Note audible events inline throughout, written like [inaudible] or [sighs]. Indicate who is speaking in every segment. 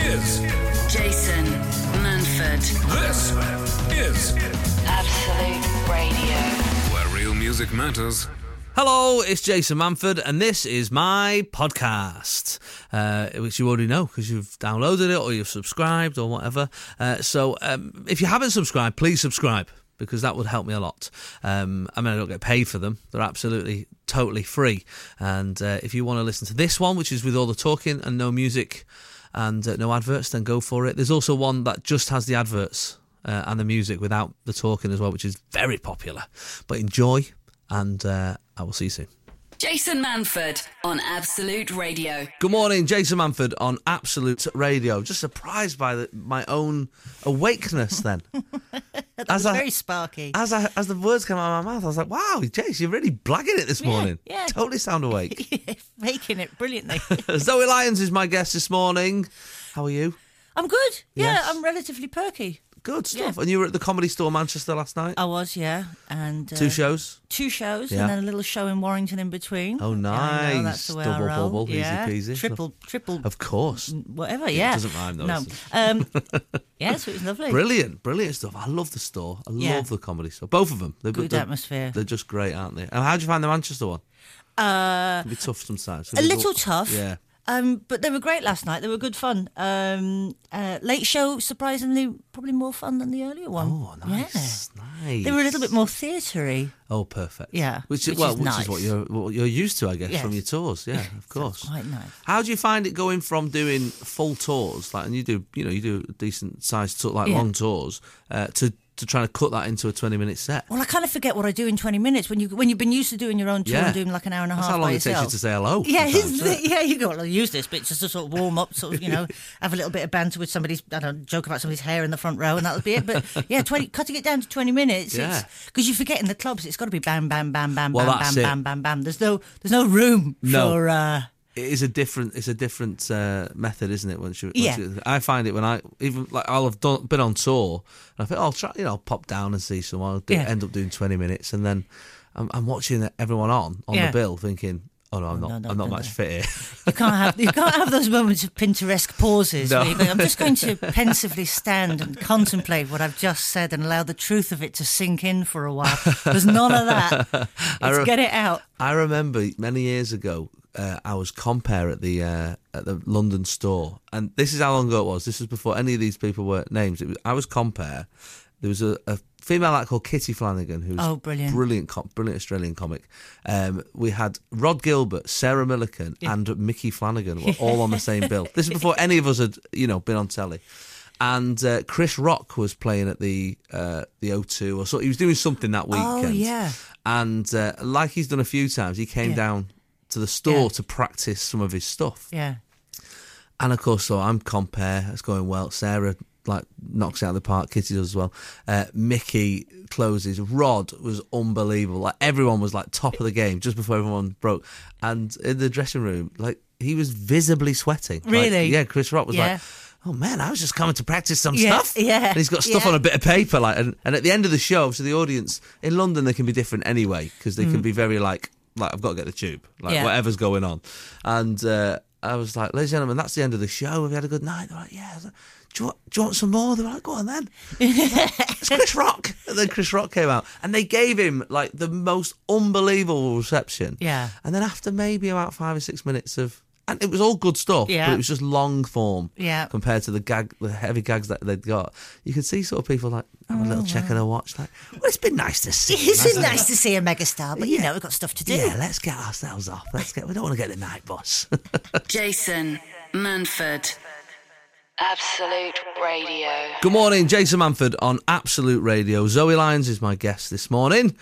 Speaker 1: is
Speaker 2: Jason Manford,
Speaker 1: this is
Speaker 2: Absolute Radio.
Speaker 1: where real music matters.
Speaker 3: Hello, it's Jason Manford, and this is my podcast, uh, which you already know because you've downloaded it or you've subscribed or whatever. Uh, so, um, if you haven't subscribed, please subscribe because that would help me a lot. Um, I mean, I don't get paid for them; they're absolutely totally free. And uh, if you want to listen to this one, which is with all the talking and no music and uh, no adverts, then go for it. There's also one that just has the adverts. Uh, and the music without the talking as well, which is very popular. But enjoy and uh, I will see you soon.
Speaker 2: Jason Manford on Absolute Radio.
Speaker 3: Good morning, Jason Manford on Absolute Radio. Just surprised by the, my own awakeness then.
Speaker 4: [laughs]
Speaker 3: as, I,
Speaker 4: very sparky.
Speaker 3: as I as the words came out of my mouth, I was like, "Wow, Jason, you're really blagging it this morning.
Speaker 4: yeah.
Speaker 3: Totally sound awake."
Speaker 4: [laughs]
Speaker 3: Uh,
Speaker 4: Making
Speaker 3: [laughs]
Speaker 4: it brilliantly.
Speaker 3: Zoe Lyons is my guest this morning. How are you?
Speaker 4: I'm good. Yeah,
Speaker 3: Yes.
Speaker 4: I'm relatively perky.
Speaker 3: Good stuff. And you were at the Comedy Store Manchester last night.
Speaker 4: I was, Oh, yeah. And uh,
Speaker 3: Two shows.
Speaker 4: Two shows
Speaker 3: Yeah.
Speaker 4: and then a little show in Warrington in between.
Speaker 3: Oh,
Speaker 4: Yeah, I know,
Speaker 3: nice.
Speaker 4: that's the way
Speaker 3: Double
Speaker 4: I roll.
Speaker 3: bubble, easy
Speaker 4: yeah.
Speaker 3: peasy.
Speaker 4: Triple, triple,
Speaker 3: Of course.
Speaker 4: whatever, yeah.
Speaker 3: doesn't rhyme, though,
Speaker 4: No.
Speaker 3: does it?
Speaker 4: Um,
Speaker 3: [laughs]
Speaker 4: yeah, so it was lovely.
Speaker 3: Brilliant, brilliant stuff. I love the store. I
Speaker 4: Yeah.
Speaker 3: love the comedy store. Both of them. They're,
Speaker 4: Good
Speaker 3: they're-
Speaker 4: atmosphere.
Speaker 3: They're just great, aren't they? And how do you find the Manchester one? Uh, It'd be tough sometimes.
Speaker 4: A little tough.
Speaker 3: Yeah.
Speaker 4: Um, but they were great last night. They were good fun. Um, uh, late show, surprisingly, probably more fun than the earlier one.
Speaker 3: Oh, nice, nice.
Speaker 4: Yeah. They were a little bit more theatery.
Speaker 3: Oh, perfect.
Speaker 4: Yeah,
Speaker 3: Which,
Speaker 4: which
Speaker 3: well,
Speaker 4: is
Speaker 3: which is
Speaker 4: nice.
Speaker 3: what you're what you're used to, I guess, from
Speaker 4: Yes.
Speaker 3: your tours.
Speaker 4: [laughs]
Speaker 3: Yeah, of course.
Speaker 4: quite nice.
Speaker 3: How do you find it going from doing full tours, like, and you do, you know, you do decent sized tour, like
Speaker 4: Yeah.
Speaker 3: long tours, uh, to to trying to cut that into a twenty minute set?
Speaker 4: Well, I kind of forget what I do in 20 minutes when you when you've been used to doing your own tour and doing like an hour and a
Speaker 3: That's
Speaker 4: half
Speaker 3: how long
Speaker 4: by
Speaker 3: it
Speaker 4: yourself.
Speaker 3: takes you to say hello.
Speaker 4: yeah,
Speaker 3: sometimes,
Speaker 4: isn't
Speaker 3: isn't
Speaker 4: it? yeah, you go. Well, I'll use this bit just to sort of warm up, sort of you know, [laughs] have a little bit of banter with somebody's. I don't know, joke about somebody's hair in the front row, and that'll be
Speaker 3: [laughs]
Speaker 4: it. But yeah, twenty cutting it down to twenty minutes.
Speaker 3: Yeah.
Speaker 4: because you forget in the clubs, it's got to be bam, bam, bam, bam,
Speaker 3: Well,
Speaker 4: bam,
Speaker 3: that's
Speaker 4: bam,
Speaker 3: it.
Speaker 4: bam, bam, bam. There's no there's no room
Speaker 3: No.
Speaker 4: for. Uh,
Speaker 3: it is a different it's a different uh, method isn't it once you once
Speaker 4: Yeah.
Speaker 3: you- i find it when i even like i'll have done, been on tour and i think oh, i'll try you know i'll pop down and see someone I'll do,
Speaker 4: Yeah.
Speaker 3: end up doing 20 minutes and then i'm, I'm watching everyone on on
Speaker 4: Yeah.
Speaker 3: the bill thinking oh no i'm not
Speaker 4: no, no,
Speaker 3: i'm not
Speaker 4: no,
Speaker 3: much
Speaker 4: no.
Speaker 3: fit here
Speaker 4: You can't have you can't have those moments of Pinterest pauses.
Speaker 3: No.
Speaker 4: Where you go, I'm just going
Speaker 3: [laughs]
Speaker 4: to pensively stand and contemplate what I've just said and allow the truth of it to sink in for a while. There's none
Speaker 3: [laughs]
Speaker 4: of that. Let's
Speaker 3: re-
Speaker 4: get it out.
Speaker 3: I remember many years ago, uh, I was compare at the uh, at the London store, and this is how long ago it was. This was before any of these people were names. It was, I was compare. There was a, a female act called Kitty Flanagan, who's
Speaker 4: Oh, brilliant.
Speaker 3: brilliant, com- brilliant Australian comic. Um, we had Rod Gilbert, Sarah Millican, and Mickey Flanagan
Speaker 4: [laughs]
Speaker 3: were all on the same bill. This is before any of us had, you know, been on telly. And uh, Chris Rock was playing at the uh, the O2 or so. He was doing something that weekend.
Speaker 4: Oh, yeah.
Speaker 3: And uh, like he's done a few times, he came
Speaker 4: Yeah.
Speaker 3: down to the store
Speaker 4: Yeah.
Speaker 3: to practice some of his stuff.
Speaker 4: Yeah.
Speaker 3: And of course, so I'm compare. It's going well. Sarah like knocks it out of the park. Kitty does as well. Uh, Mickey closes. Rod was unbelievable. Like everyone was like top of the game just before everyone broke. And in the dressing room, like he was visibly sweating. Like,
Speaker 4: Really?
Speaker 3: yeah. Chris Rock was
Speaker 4: Yeah.
Speaker 3: like. Oh man, I was just coming to practice some
Speaker 4: Yeah,
Speaker 3: stuff.
Speaker 4: yeah,
Speaker 3: and he's got stuff
Speaker 4: yeah.
Speaker 3: on a bit of paper, like, and, and at the end of the show, so the audience in London they can be different anyway because they can be very like, like I've got to get the tube, like
Speaker 4: Mm. Yeah.
Speaker 3: whatever whatever's going on. And uh, I was like, ladies and gentlemen, that's the end of the show. Have you had a good night? They're like, yeah. I was like, do you, want, do you want some more? They were like, go on then. I was like,
Speaker 4: [laughs]
Speaker 3: it's Chris Rock. And then Chris Rock came out and they gave him like the most unbelievable reception.
Speaker 4: Yeah.
Speaker 3: And then after maybe about five or six minutes of, and it was all good stuff, but
Speaker 4: Yeah.
Speaker 3: it was just long form
Speaker 4: Yeah.
Speaker 3: compared to the gag, the heavy gags that they'd got. You could see sort of people like, have a little
Speaker 4: Oh.
Speaker 3: check and a watch, like, well, it's been nice to
Speaker 4: [laughs]
Speaker 3: see. you,
Speaker 4: It's
Speaker 3: hasn't it?"
Speaker 4: nice to see a megastar, but you
Speaker 3: Yeah.
Speaker 4: know we've got stuff to do.
Speaker 3: Yeah, let's get ourselves off. Let's get. We don't want to get the night [laughs] bus.
Speaker 2: Jason Manford, Absolute Radio.
Speaker 3: Good morning, Jason Manford on Absolute Radio. Zoe Lyons is my guest this morning,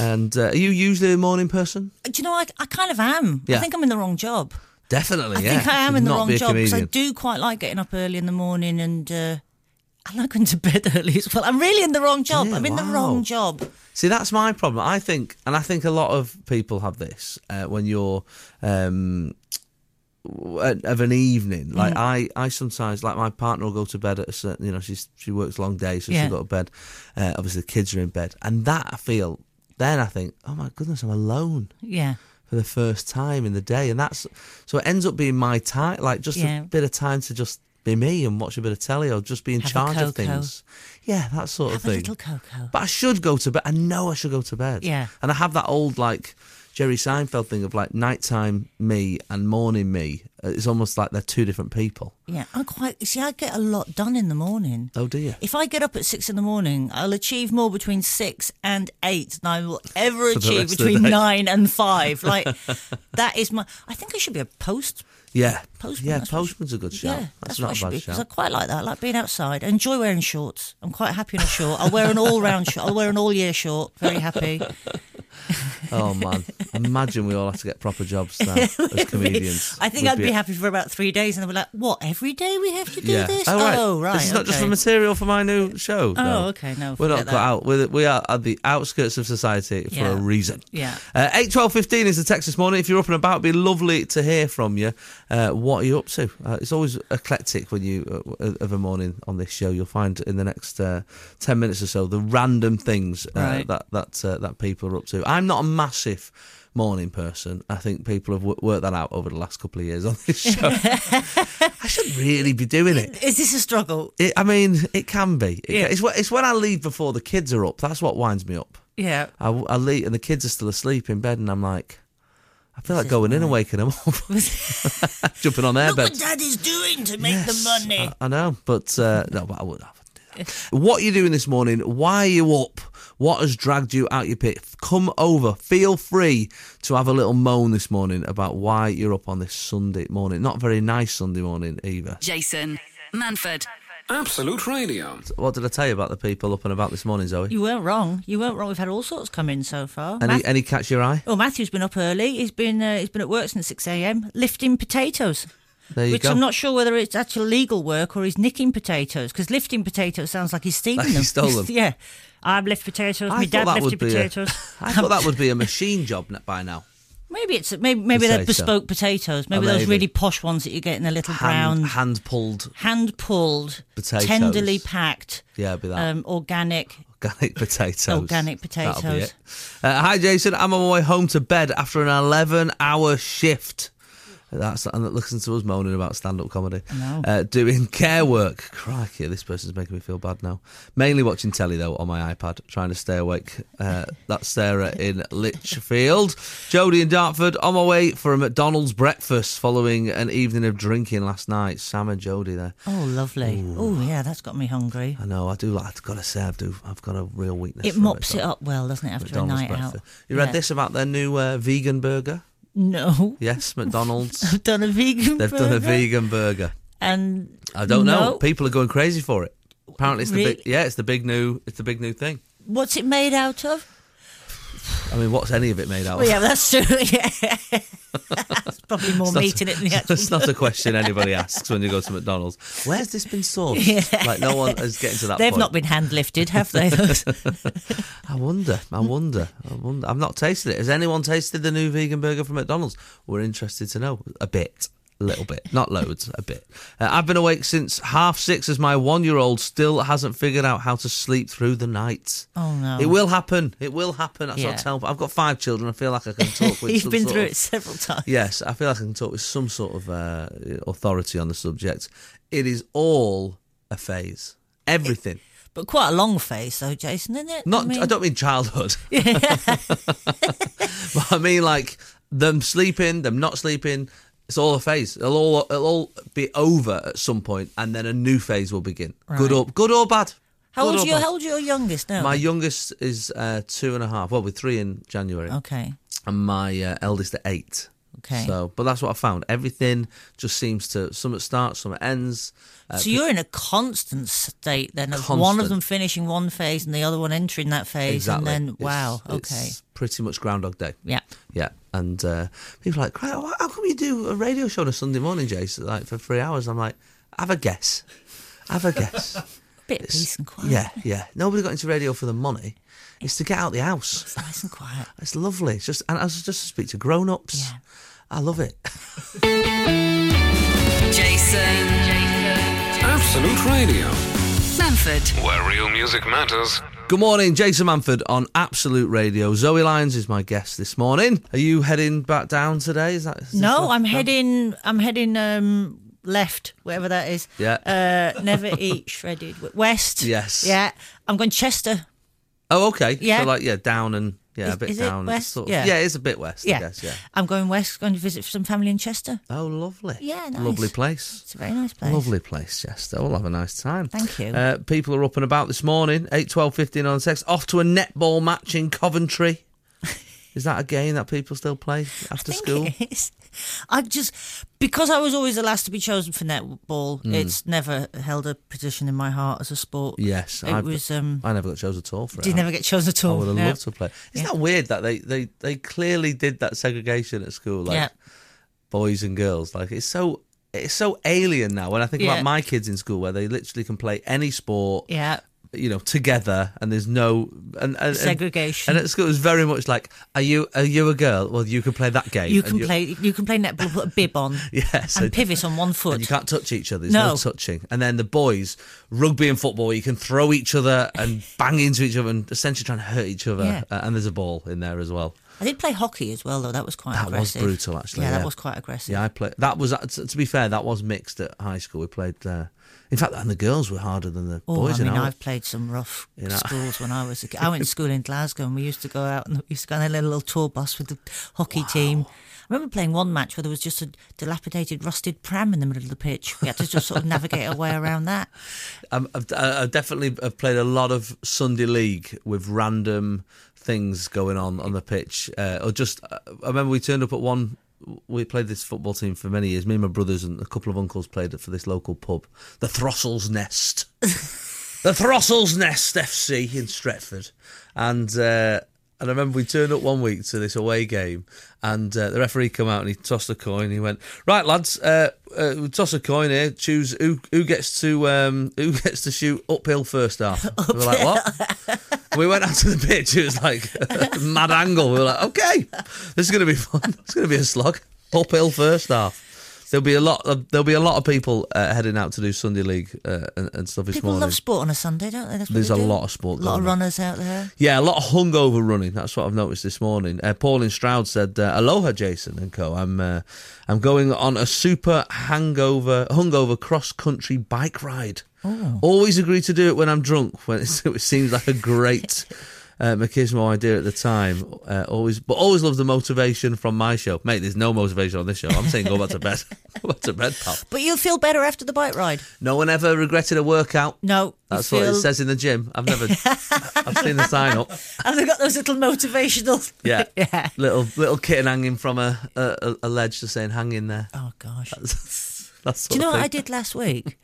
Speaker 3: and uh, are you usually a morning person?
Speaker 4: Do you know I, I kind of am.
Speaker 3: Yeah.
Speaker 4: I think I'm in the wrong job.
Speaker 3: Definitely,
Speaker 4: I
Speaker 3: yeah.
Speaker 4: think I am in
Speaker 3: Should
Speaker 4: the
Speaker 3: not
Speaker 4: wrong
Speaker 3: be a
Speaker 4: job because I
Speaker 3: comedian.
Speaker 4: do quite like getting up early in the morning and uh, I like going to bed [laughs] early as well. I'm really in the wrong job.
Speaker 3: Yeah,
Speaker 4: I'm in the
Speaker 3: wow.
Speaker 4: wrong job.
Speaker 3: See, that's my problem. I think, and I think a lot of people have this uh, when you're um, w- at- of an evening. Like I,
Speaker 4: Mm-hmm.
Speaker 3: I sometimes like my partner will go to bed at a certain. You know, she's she works long days, so
Speaker 4: Yeah.
Speaker 3: she got to bed. Uh, obviously, the kids are in bed, and that I feel. Then I think, oh my goodness, I'm alone.
Speaker 4: Yeah.
Speaker 3: for the first time in the day, and that's so it ends up being my time, like just
Speaker 4: Yeah.
Speaker 3: a bit of time to just be me and watch a bit of telly or just be in
Speaker 4: Have a
Speaker 3: charge of
Speaker 4: cocoa.
Speaker 3: things. Yeah, that sort
Speaker 4: Have
Speaker 3: of
Speaker 4: a
Speaker 3: thing.
Speaker 4: little cocoa.
Speaker 3: But I should go to bed. I know I should go to bed.
Speaker 4: Yeah.
Speaker 3: And I have that old like Jerry Seinfeld thing of like nighttime me and morning me. Uh, It's almost like they're two different people.
Speaker 4: Yeah, I'm quite. See, I get a lot done in the morning.
Speaker 3: Oh dear.
Speaker 4: If I get up at six in the morning, I'll achieve more between six and eight than I will ever
Speaker 3: For the
Speaker 4: achieve
Speaker 3: rest of the
Speaker 4: between
Speaker 3: day.
Speaker 4: nine
Speaker 3: [laughs]
Speaker 4: and five. Like that is my. I think I should be a post
Speaker 3: Yeah.
Speaker 4: postman.
Speaker 3: Yeah,
Speaker 4: that's what I should-
Speaker 3: postman's a good shout.
Speaker 4: Yeah,
Speaker 3: that's,
Speaker 4: that's,
Speaker 3: not
Speaker 4: what I
Speaker 3: a
Speaker 4: should
Speaker 3: bad
Speaker 4: be because I
Speaker 3: shout.
Speaker 4: quite like that. I like being outside. I enjoy wearing shorts. I'm quite happy in a short. I'll wear an all-round short. I'll wear an all-year short. Very happy. [laughs]
Speaker 3: Oh man. Imagine we all have to get proper jobs now as [laughs] comedians.
Speaker 4: [laughs] I think
Speaker 3: We'd
Speaker 4: I'd be happy for about three days, and then we're like, "What? Every day we have to do
Speaker 3: Yeah.
Speaker 4: this?
Speaker 3: Oh, right. This is not just
Speaker 4: okay.
Speaker 3: for material for my new show.
Speaker 4: Oh,
Speaker 3: no.
Speaker 4: okay, no,
Speaker 3: We're not
Speaker 4: forget
Speaker 3: cut
Speaker 4: that.
Speaker 3: out. We're, we are at the outskirts of society for
Speaker 4: Yeah.
Speaker 3: a reason.
Speaker 4: Yeah.
Speaker 3: Uh, 8, 12, 15 is the text this morning. If you're up and about, it'd be lovely to hear from you. Uh, what are you up to? Uh, it's always eclectic when you uh, of a morning on this show. You'll find in the next uh, 10 minutes or so the random things uh,
Speaker 4: Right.
Speaker 3: that that uh, that people are up to. I'm not a massive morning person. I think people have w- worked that out over the last couple of years on this
Speaker 4: [laughs]
Speaker 3: show. I should really be doing it.
Speaker 4: Is this a struggle?
Speaker 3: It, I mean, it can be. It
Speaker 4: Yeah.
Speaker 3: can- it's, wh- it's when I leave before the kids are up. That's what winds me up.
Speaker 4: Yeah.
Speaker 3: I, w- I leave and the kids are still asleep in bed, and I'm like, I feel like
Speaker 4: is
Speaker 3: going in and
Speaker 4: mine.
Speaker 3: waking them up, [laughs]
Speaker 4: [laughs]
Speaker 3: jumping on their
Speaker 4: Look what
Speaker 3: beds.
Speaker 4: daddy's doing to make the
Speaker 3: Yes,
Speaker 4: money.
Speaker 3: I, I know, but
Speaker 4: [laughs]
Speaker 3: uh, no, but I wouldn't. I wouldn't do that. What are you doing this morning? Why are you up? What has dragged you out your pit? Come over. Feel free to have a little moan this morning about why you're up on this Sunday morning. Not a very nice Sunday morning either.
Speaker 2: Jason Manford.
Speaker 1: Absolute Radio.
Speaker 3: What did I tell you about the people up and about this morning, Zoe?
Speaker 4: You weren't wrong. You weren't wrong. We've had all sorts come in so far.
Speaker 3: Any,
Speaker 4: Math-
Speaker 3: any catch your eye?
Speaker 4: oh, Matthew's been up early. He's been uh, he's been at work since six a.m. lifting potatoes,
Speaker 3: There you
Speaker 4: which
Speaker 3: go.
Speaker 4: I'm not sure whether it's actual legal work or he's nicking potatoes because lifting potatoes sounds like he's stealing
Speaker 3: Like
Speaker 4: them.
Speaker 3: he
Speaker 4: [laughs]
Speaker 3: stole them.
Speaker 4: yeah, I've lifted potatoes.
Speaker 3: I
Speaker 4: my
Speaker 3: thought
Speaker 4: dad
Speaker 3: that
Speaker 4: lifted
Speaker 3: would be a-
Speaker 4: potatoes.
Speaker 3: [laughs] I thought that would be a machine job n- by now.
Speaker 4: [laughs] Maybe it's maybe maybe they're
Speaker 3: Potato.
Speaker 4: bespoke potatoes. Maybe
Speaker 3: Oh,
Speaker 4: those
Speaker 3: maybe.
Speaker 4: really posh ones that you get in the little brown,
Speaker 3: Hand, hand pulled,
Speaker 4: hand pulled,
Speaker 3: Potatoes. Ah.
Speaker 4: tenderly packed,
Speaker 3: yeah, it'd be that
Speaker 4: um, organic.
Speaker 3: organic [laughs] potatoes.
Speaker 4: Organic
Speaker 3: That'll be
Speaker 4: potatoes.
Speaker 3: it. Uh, hi, Jason. I'm on my way home to bed after an 11 hour shift. That's and listen to us moaning about stand-up comedy.
Speaker 4: know.
Speaker 3: Uh, doing care work. Crikey, this person's making me feel bad now. Mainly watching telly though on my iPad, trying to stay awake. Uh, that's Sarah
Speaker 4: [laughs]
Speaker 3: in Litchfield. Jodie in Dartford. On my way for a McDonald's breakfast following an evening of drinking last night. Sam and Jodie there.
Speaker 4: Oh, lovely. Oh, yeah, that's got me hungry.
Speaker 3: I know. I do. like- I've got to say, I do. I've got a real weakness.
Speaker 4: It
Speaker 3: for
Speaker 4: mops it
Speaker 3: McDonald's.
Speaker 4: up well, doesn't it, after
Speaker 3: McDonald's
Speaker 4: a night
Speaker 3: breakfast.
Speaker 4: out?
Speaker 3: You read
Speaker 4: Yeah.
Speaker 3: this about their new uh, vegan burger?
Speaker 4: No. [laughs]
Speaker 3: Yes, McDonald's.
Speaker 4: I've done a vegan
Speaker 3: They've done a
Speaker 4: burger
Speaker 3: vegan burger.
Speaker 4: And
Speaker 3: I don't know.
Speaker 4: No.
Speaker 3: People are going crazy for it. Apparently, it's the
Speaker 4: Really?
Speaker 3: big yeah, it's the big new it's the big new thing.
Speaker 4: what's it made out of?
Speaker 3: I mean, what's any of it made out
Speaker 4: Oh,
Speaker 3: of?
Speaker 4: yeah, that's true. [laughs]
Speaker 3: [laughs]
Speaker 4: Yeah. that's probably more meat in it than the actual.
Speaker 3: That's
Speaker 4: [laughs]
Speaker 3: not a question anybody asks when you go to McDonald's. Where's this been sourced?
Speaker 4: [laughs]
Speaker 3: Like no one is getting to that.
Speaker 4: They've
Speaker 3: point.
Speaker 4: not been hand lifted, have
Speaker 3: [laughs]
Speaker 4: they? [laughs] those?
Speaker 3: I wonder. I wonder. I wonder. I've not tasted it. Has anyone tasted the new vegan burger from McDonald's? We're interested to know a bit. A little bit, not loads, a bit. Uh, I've been awake since half six as my one year old still hasn't figured out how to sleep through the night.
Speaker 4: Oh, no.
Speaker 3: It will happen. It will happen. That's what I
Speaker 4: Yeah.
Speaker 3: tell. I've got five children. I feel like I can talk with
Speaker 4: [laughs] You've
Speaker 3: some
Speaker 4: been
Speaker 3: sort
Speaker 4: through
Speaker 3: of-
Speaker 4: it several times.
Speaker 3: Yes, I feel like I can talk with some sort of uh, authority on the subject. It is all a phase. Everything.
Speaker 4: But quite a long phase, though, Jason, isn't it?
Speaker 3: Not, I,
Speaker 4: I mean,
Speaker 3: don't mean childhood.
Speaker 4: [laughs]
Speaker 3: [laughs] but I mean like them sleeping, them not sleeping. It's all a phase. It'll all it'll all be over at some point, and then a new phase will begin. Good or good or bad.
Speaker 4: How
Speaker 3: Good
Speaker 4: old's
Speaker 3: or
Speaker 4: your,
Speaker 3: bad.
Speaker 4: how old's your youngest now?
Speaker 3: My youngest is uh, two and a half. Well, we're three in January,
Speaker 4: okay.
Speaker 3: and my uh, eldest at eight.
Speaker 4: Oh. Okay.
Speaker 3: So, but that's what I found. Everything just seems to some it starts, some it ends. Uh,
Speaker 4: So you're in a constant state then of one
Speaker 3: Constant.
Speaker 4: of them finishing one phase and the other one entering that phase,
Speaker 3: exactly.
Speaker 4: and then
Speaker 3: It's-
Speaker 4: wow, okay,
Speaker 3: it's pretty much Groundhog Day.
Speaker 4: yeah.
Speaker 3: Yeah, and uh, people are like, "Cry- why- how come you do a radio show on a Sunday morning, Jason? Like for three hours?" I'm like, "Have a guess, have a guess."
Speaker 4: Bit of [laughs] peace and quiet.
Speaker 3: yeah, yeah. Nobody got into radio for the money. It's to get out the house.
Speaker 4: It's nice and
Speaker 3: [laughs]
Speaker 4: quiet.
Speaker 3: It's lovely. It's just and I was just to speak to grown-ups.
Speaker 4: Yeah.
Speaker 3: I love it.
Speaker 2: Jason. Jason.
Speaker 1: Absolute Radio.
Speaker 2: Manford.
Speaker 1: Where real music matters.
Speaker 3: Good morning, Jason Manford on Absolute Radio. Zoe Lyons is my guest this morning. Are you heading back down today? Is that is this
Speaker 4: No,
Speaker 3: what-
Speaker 4: I'm heading. I'm heading um, left, whatever that is.
Speaker 3: Yeah.
Speaker 4: Uh, never
Speaker 3: [laughs]
Speaker 4: eat shredded w- west.
Speaker 3: Yes.
Speaker 4: Yeah. I'm going Chester.
Speaker 3: Oh, okay.
Speaker 4: Yeah.
Speaker 3: So like yeah, down and yeah,
Speaker 4: Is-
Speaker 3: a bit
Speaker 4: is it
Speaker 3: down.
Speaker 4: west?
Speaker 3: Sort of,
Speaker 4: Yeah.
Speaker 3: yeah. it's a bit west.
Speaker 4: Yeah.
Speaker 3: I guess, yeah.
Speaker 4: I'm going west. Going to visit some family in Chester.
Speaker 3: Oh, lovely.
Speaker 4: Yeah, nice.
Speaker 3: Lovely place.
Speaker 4: It's a very nice place.
Speaker 3: Lovely place, Chester. We'll have a nice time.
Speaker 4: Thank you.
Speaker 3: Uh, people are up and about this morning, 8, 12, 15 on sex, off to a netball match in
Speaker 4: [laughs]
Speaker 3: Coventry. Is that a game that people still play after
Speaker 4: think
Speaker 3: school?
Speaker 4: it is. [laughs] I just because I was always the last to be chosen for netball.
Speaker 3: Hmm.
Speaker 4: It's never held a position in my heart as a sport.
Speaker 3: Yes.
Speaker 4: it was. Um,
Speaker 3: I never got chosen at all for
Speaker 4: did
Speaker 3: it.
Speaker 4: never get chosen at
Speaker 3: I
Speaker 4: all.
Speaker 3: would have
Speaker 4: no.
Speaker 3: loved to play. Isn't
Speaker 4: Yeah.
Speaker 3: that weird that they, they, they clearly did that segregation at school, like
Speaker 4: Yeah.
Speaker 3: boys and girls? Like it's so it's so alien now. When I think
Speaker 4: Yeah.
Speaker 3: about my kids in school, where they literally can play any sport,
Speaker 4: Yeah.
Speaker 3: you know, together, and there's no and, and- and
Speaker 4: Segregation.
Speaker 3: And at school, it was very much like, are you are you a girl? Well, you can play that game.
Speaker 4: You
Speaker 3: and
Speaker 4: can play. You can play netball. Put a bib on.
Speaker 3: [laughs] Yes,
Speaker 4: And
Speaker 3: and-
Speaker 4: pivot on one
Speaker 3: And you
Speaker 4: foot.
Speaker 3: can't touch each other. There's no.
Speaker 4: No.
Speaker 3: touching. And then the boys, rugby and football, you can throw each other
Speaker 4: [laughs]
Speaker 3: and bang into each other and essentially try and hurt each other.
Speaker 4: Yeah.
Speaker 3: Uh, and there's a ball in there as well.
Speaker 4: I did play hockey as well, though. That was quite.
Speaker 3: That was
Speaker 4: aggressive.
Speaker 3: brutal, actually,
Speaker 4: Yeah,
Speaker 3: yeah.
Speaker 4: that was quite aggressive.
Speaker 3: Yeah, I played. That was uh, to to be fair. That was mixed at high school. We played. Uh, in fact, and the girls were harder than the
Speaker 4: Oh,
Speaker 3: boys.
Speaker 4: I mean,
Speaker 3: in our-
Speaker 4: I've played some rough
Speaker 3: You know.
Speaker 4: schools when I was a kid. I
Speaker 3: [laughs]
Speaker 4: went to school in Glasgow and we used to go out and we used to go on a little tour bus with the hockey team. I remember playing one match where there was just a dilapidated, rusted pram in the middle of the pitch. We had to just sort of navigate our way around that.
Speaker 3: I'm, I've, I've definitely have played a lot of Sunday league with random things going on on the pitch, uh, or just I remember we turned up at one. We played this football team for many years. Me and my brothers and a couple of uncles played it for this local pub, the Throstle's Nest, the Throstle's Nest FC in Stretford, and. Uh, and I remember we turned up one week to this away game, and uh, the referee come out and he tossed a coin. He went, "Right, lads, uh, uh, we'll toss a coin here. Choose who who gets to um, [laughs] who gets to shoot uphill first half." We were like, "What?" And we went out to the pitch. It was like [laughs] a mad angle. We were like, "Okay, this is going to be fun. It's going to be a slog. Uphill first half." There'll be a lot. Of, there'll be a lot of people uh, heading out to do Sunday league uh, and, and stuff this
Speaker 4: People
Speaker 3: morning.
Speaker 4: love sport on a Sunday, don't they? That's what
Speaker 3: There's
Speaker 4: they
Speaker 3: a
Speaker 4: do.
Speaker 3: lot of sport
Speaker 4: A lot
Speaker 3: going
Speaker 4: of
Speaker 3: on.
Speaker 4: runners out there.
Speaker 3: Yeah, a lot of hungover running. That's what I've noticed this morning. Uh, Pauline Stroud said, uh, "Aloha, Jason and Co. I'm uh, I'm going on a super hangover hungover cross country bike ride.
Speaker 4: Oh.
Speaker 3: Always agree to do it when I'm drunk. When it's, [laughs] it seems like a great." Uh, machismo idea at the time, uh, always, but always love the motivation from my show, mate. There's no motivation on this show. I'm saying go back to bed, [laughs] go back to bed, pal.
Speaker 4: But you'll feel better after the bike ride.
Speaker 3: No one ever regretted a workout.
Speaker 4: No. you
Speaker 3: That's what it
Speaker 4: feel- [laughs]
Speaker 3: says in the gym. I've never, [laughs] I've seen the sign up.
Speaker 4: And they've got those little motivational.
Speaker 3: Yeah.
Speaker 4: [laughs] yeah.
Speaker 3: Little little kitten hanging from a a, a- a ledge, just saying, "Hang in there." [laughs]
Speaker 4: Oh, gosh.
Speaker 3: That's
Speaker 4: Do you know what I did last week?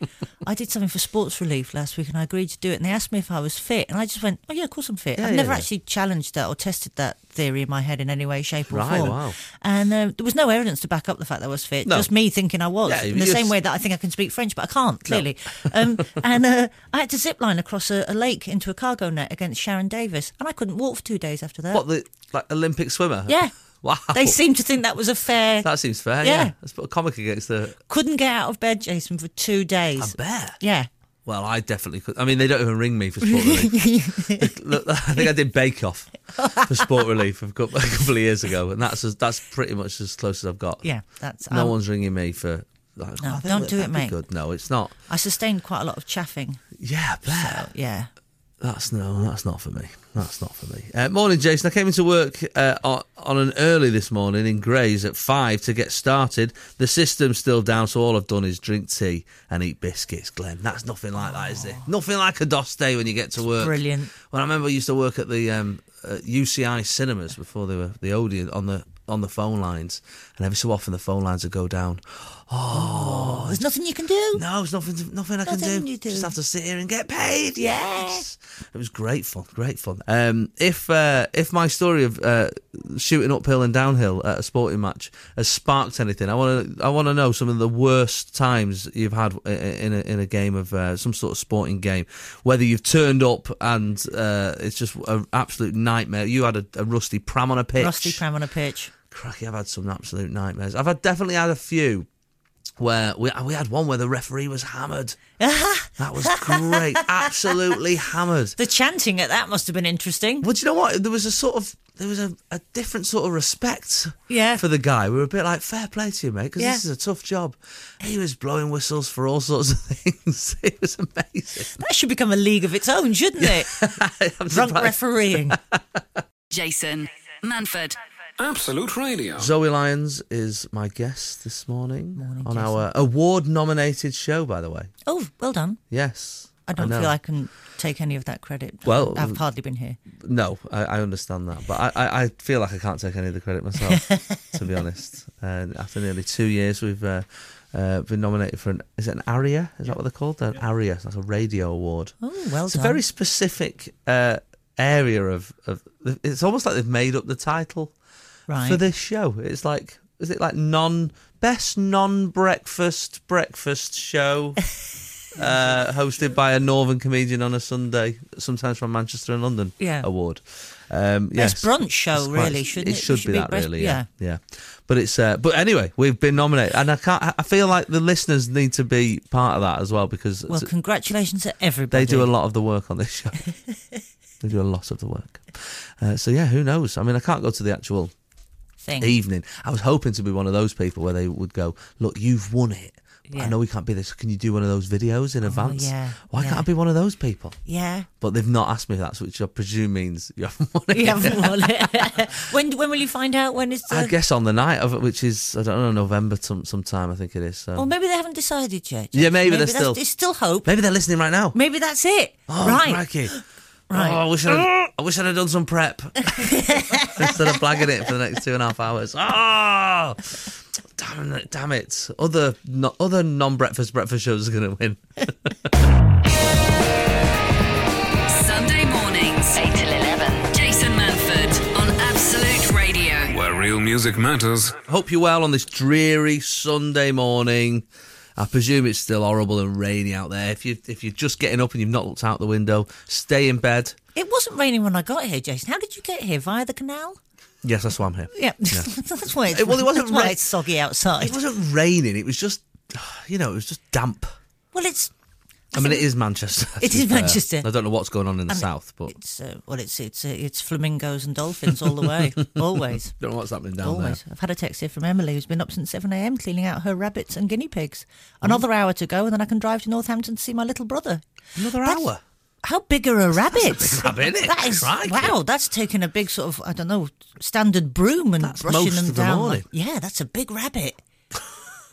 Speaker 4: I did something for sports relief last week, and I agreed to do it. And they asked me if I was fit, and I just went, "Oh yeah, of course I'm fit."
Speaker 3: Yeah,
Speaker 4: I've never
Speaker 3: yeah.
Speaker 4: actually challenged that or tested that theory in my head in any way, shape, or
Speaker 3: Right,
Speaker 4: form.
Speaker 3: wow.
Speaker 4: And uh, there was no evidence to back up the fact that I was fit.
Speaker 3: No.
Speaker 4: Just me thinking I was.
Speaker 3: Yeah,
Speaker 4: in the
Speaker 3: you're
Speaker 4: same
Speaker 3: s-
Speaker 4: way that I think I can speak French, but I can't clearly.
Speaker 3: [laughs]
Speaker 4: um, and uh, I had to zip line across a, a lake into a cargo net against Sharon Davis, and I couldn't walk for two days after that.
Speaker 3: What the like Olympic swimmer?
Speaker 4: Yeah.
Speaker 3: [laughs] Wow.
Speaker 4: They seemed to think that was a fair.
Speaker 3: that seems fair.
Speaker 4: Yeah.
Speaker 3: Yeah. Let's put a comic against the.
Speaker 4: Couldn't get out of bed, Jason, for two
Speaker 3: I
Speaker 4: days.
Speaker 3: bet.
Speaker 4: Yeah.
Speaker 3: Well, I definitely could. I mean, they don't even ring me for
Speaker 4: [laughs]
Speaker 3: sport relief. Look, [laughs] I think I did Bake Off for sport relief a cou- a couple [laughs] of years ago, and that's as, that's pretty much as close as I've got.
Speaker 4: Yeah, that's-
Speaker 3: no
Speaker 4: I'll-
Speaker 3: one's ringing me for. Like,
Speaker 4: No,
Speaker 3: "Oh, I think
Speaker 4: don't
Speaker 3: that-
Speaker 4: do it,
Speaker 3: that'd be
Speaker 4: mate."
Speaker 3: Good. No, it's not.
Speaker 4: I sustained quite a lot of chaffing.
Speaker 3: Yeah, I bet.
Speaker 4: Yeah.
Speaker 3: That's no, that's not for me. That's not for me. Uh, morning, Jason. I came into work uh, on, on an early this morning in Grays at five to get started. The system's still down, so all I've done is drink tea and eat biscuits. Glenn, that's nothing like that, is it? Nothing like a DOS day when you get to work.
Speaker 4: brilliant.
Speaker 3: Well, I remember I used to work at the um, uh, UCI cinemas before they were the Odeon on the on the phone lines, and every so often the phone lines would go down. Oh,
Speaker 4: There's nothing you can do.
Speaker 3: No, it's nothing. To, nothing I
Speaker 4: Nothing
Speaker 3: can do.
Speaker 4: you do.
Speaker 3: Just have to sit here and get paid. Yes, it was great fun. Great fun. Um, if uh, if my story of uh, shooting uphill and downhill at a sporting match has sparked anything, I want to I want to know some of the worst times you've had i- i- in a, in a game of uh, some sort of sporting game. Whether you've turned up and uh, it's just an absolute nightmare. You had a, a rusty pram on a pitch.
Speaker 4: Rusty pram on a pitch.
Speaker 3: Cracky, I've had some absolute nightmares.
Speaker 4: [laughs]
Speaker 3: I've had definitely had a few where we we had one where the referee was hammered.
Speaker 4: Ah,
Speaker 3: That was great. Absolutely hammered.
Speaker 4: The chanting at that must have been interesting.
Speaker 3: Well, do you know what? There was a sort of there was a, a different sort of respect
Speaker 4: Yeah.
Speaker 3: for the guy. We were a bit like, fair play to you, mate, because
Speaker 4: Yeah.
Speaker 3: this is a tough job. He was blowing whistles for all sorts of [laughs] things. It was amazing. [laughs]
Speaker 4: That should become a league of its own, shouldn't it?
Speaker 3: I'm
Speaker 4: Drunk
Speaker 3: surprised.
Speaker 4: refereeing.
Speaker 3: [laughs]
Speaker 2: Jason Manford.
Speaker 1: Absolute Radio.
Speaker 3: Zoe Lyons is my guest this morning,
Speaker 4: Morning,
Speaker 3: on
Speaker 4: Jason.
Speaker 3: our award nominated show, by the way.
Speaker 4: Oh, well done.
Speaker 3: Yes.
Speaker 4: I don't
Speaker 3: know.
Speaker 4: feel I can take any of that credit.
Speaker 3: Well-
Speaker 4: I've hardly been here.
Speaker 3: No, I, I understand that, but I, I, I feel like I can't take any of the credit myself,
Speaker 4: [laughs]
Speaker 3: to be honest. Uh, after nearly two years, we've uh, uh, been nominated for an is it an ARIA? Is that what they're called? An ARIA, it's like a radio award.
Speaker 4: Oh, well
Speaker 3: it's
Speaker 4: done.
Speaker 3: a very specific uh, area of, of. It's almost like they've made up the title
Speaker 4: right.
Speaker 3: for this show. It's like is it like non best non breakfast breakfast
Speaker 4: [laughs]
Speaker 3: show uh, hosted by a northern comedian on a Sunday, sometimes from Manchester and London.
Speaker 4: Yeah.
Speaker 3: award. Um, yes,
Speaker 4: Best brunch show,
Speaker 3: It's quite-
Speaker 4: really, shouldn't it? It
Speaker 3: should,
Speaker 4: should
Speaker 3: be,
Speaker 4: be
Speaker 3: that
Speaker 4: best-
Speaker 3: really. Yeah. yeah, But it's uh, but anyway, we've been nominated, and I can't. I feel like the listeners need to be part of that as well because
Speaker 4: well,
Speaker 3: it's-
Speaker 4: congratulations to everybody.
Speaker 3: they do a lot of the work on this
Speaker 4: [laughs]
Speaker 3: show. they do a lot of the work. Uh, so yeah, who knows? I mean, I can't go to the actual
Speaker 4: Thing.
Speaker 3: evening. I was hoping to be one of those people where they would go, "Look, you've won it. but I
Speaker 4: Yeah. Oh,
Speaker 3: know we can't be this. Can you do one of those videos in advance?
Speaker 4: yeah,
Speaker 3: Why
Speaker 4: yeah.
Speaker 3: can't I be one of those people?"
Speaker 4: Yeah. [laughs]
Speaker 3: But they've not asked me that, which I presume means you haven't won it.
Speaker 4: You haven't won it. [laughs] when, when will you find out when it's.
Speaker 3: [laughs] I
Speaker 4: Uh,
Speaker 3: guess on the night of it, which is I don't know November some sometime I think it is. So
Speaker 4: or maybe they haven't decided yet.
Speaker 3: Yeah, maybe they're
Speaker 4: that's-
Speaker 3: still-
Speaker 4: There's still hope.
Speaker 3: maybe they're listening right now.
Speaker 4: Maybe that's it.
Speaker 3: Oh,
Speaker 4: right.
Speaker 3: crikey.
Speaker 4: [gasps] Right.
Speaker 3: Oh, I wish
Speaker 4: [gasps]
Speaker 3: I'd, I wish I'd have done some prep
Speaker 4: [laughs]
Speaker 3: instead of blagging it for the next two and a half hours. Oh, damn it! Damn it! Other no, other non-breakfast breakfast shows are going to
Speaker 4: [laughs]
Speaker 3: win.
Speaker 2: Sunday mornings, 8 till 11. Jason Manford on Absolute Radio.
Speaker 1: Where real music matters.
Speaker 3: Hope you're well on this dreary Sunday morning. I presume it's still horrible and rainy out there. If you if you're just getting up and you've not looked out the window, stay in bed.
Speaker 4: It wasn't raining when I got here, Jason. How did you get here? Via the canal?
Speaker 3: Yes, I swam here.
Speaker 4: Yeah. [laughs] that's why it's,
Speaker 3: Well, it wasn't
Speaker 4: that's [laughs] why
Speaker 3: ra-
Speaker 4: it's soggy outside.
Speaker 3: It wasn't raining. It was just, [sighs] you know, it was just damp.
Speaker 4: well, it's
Speaker 3: I mean, it is Manchester. to
Speaker 4: It
Speaker 3: be
Speaker 4: is
Speaker 3: fair.
Speaker 4: Manchester.
Speaker 3: I don't know what's going on in the south, but
Speaker 4: It's uh, well, it's it's uh, it's flamingos and dolphins all the
Speaker 3: [laughs]
Speaker 4: way, always,
Speaker 3: don't know what's happening down
Speaker 4: always. I've had a text here from Emily who's been up since seven a.m. cleaning out her rabbits and guinea pigs.
Speaker 3: Mm.
Speaker 4: Another hour to go, and then I can drive to Northampton to see my little brother.
Speaker 3: there. Another
Speaker 4: That's-
Speaker 3: hour.
Speaker 4: How big are her rabbits?
Speaker 3: rabbit, innit?
Speaker 4: That is
Speaker 3: Crikey.
Speaker 4: wow. That's taking a big sort of I don't know standard broom and
Speaker 3: That's
Speaker 4: brushing
Speaker 3: most
Speaker 4: them
Speaker 3: of the
Speaker 4: down.
Speaker 3: morning.
Speaker 4: yeah, that's a big rabbit.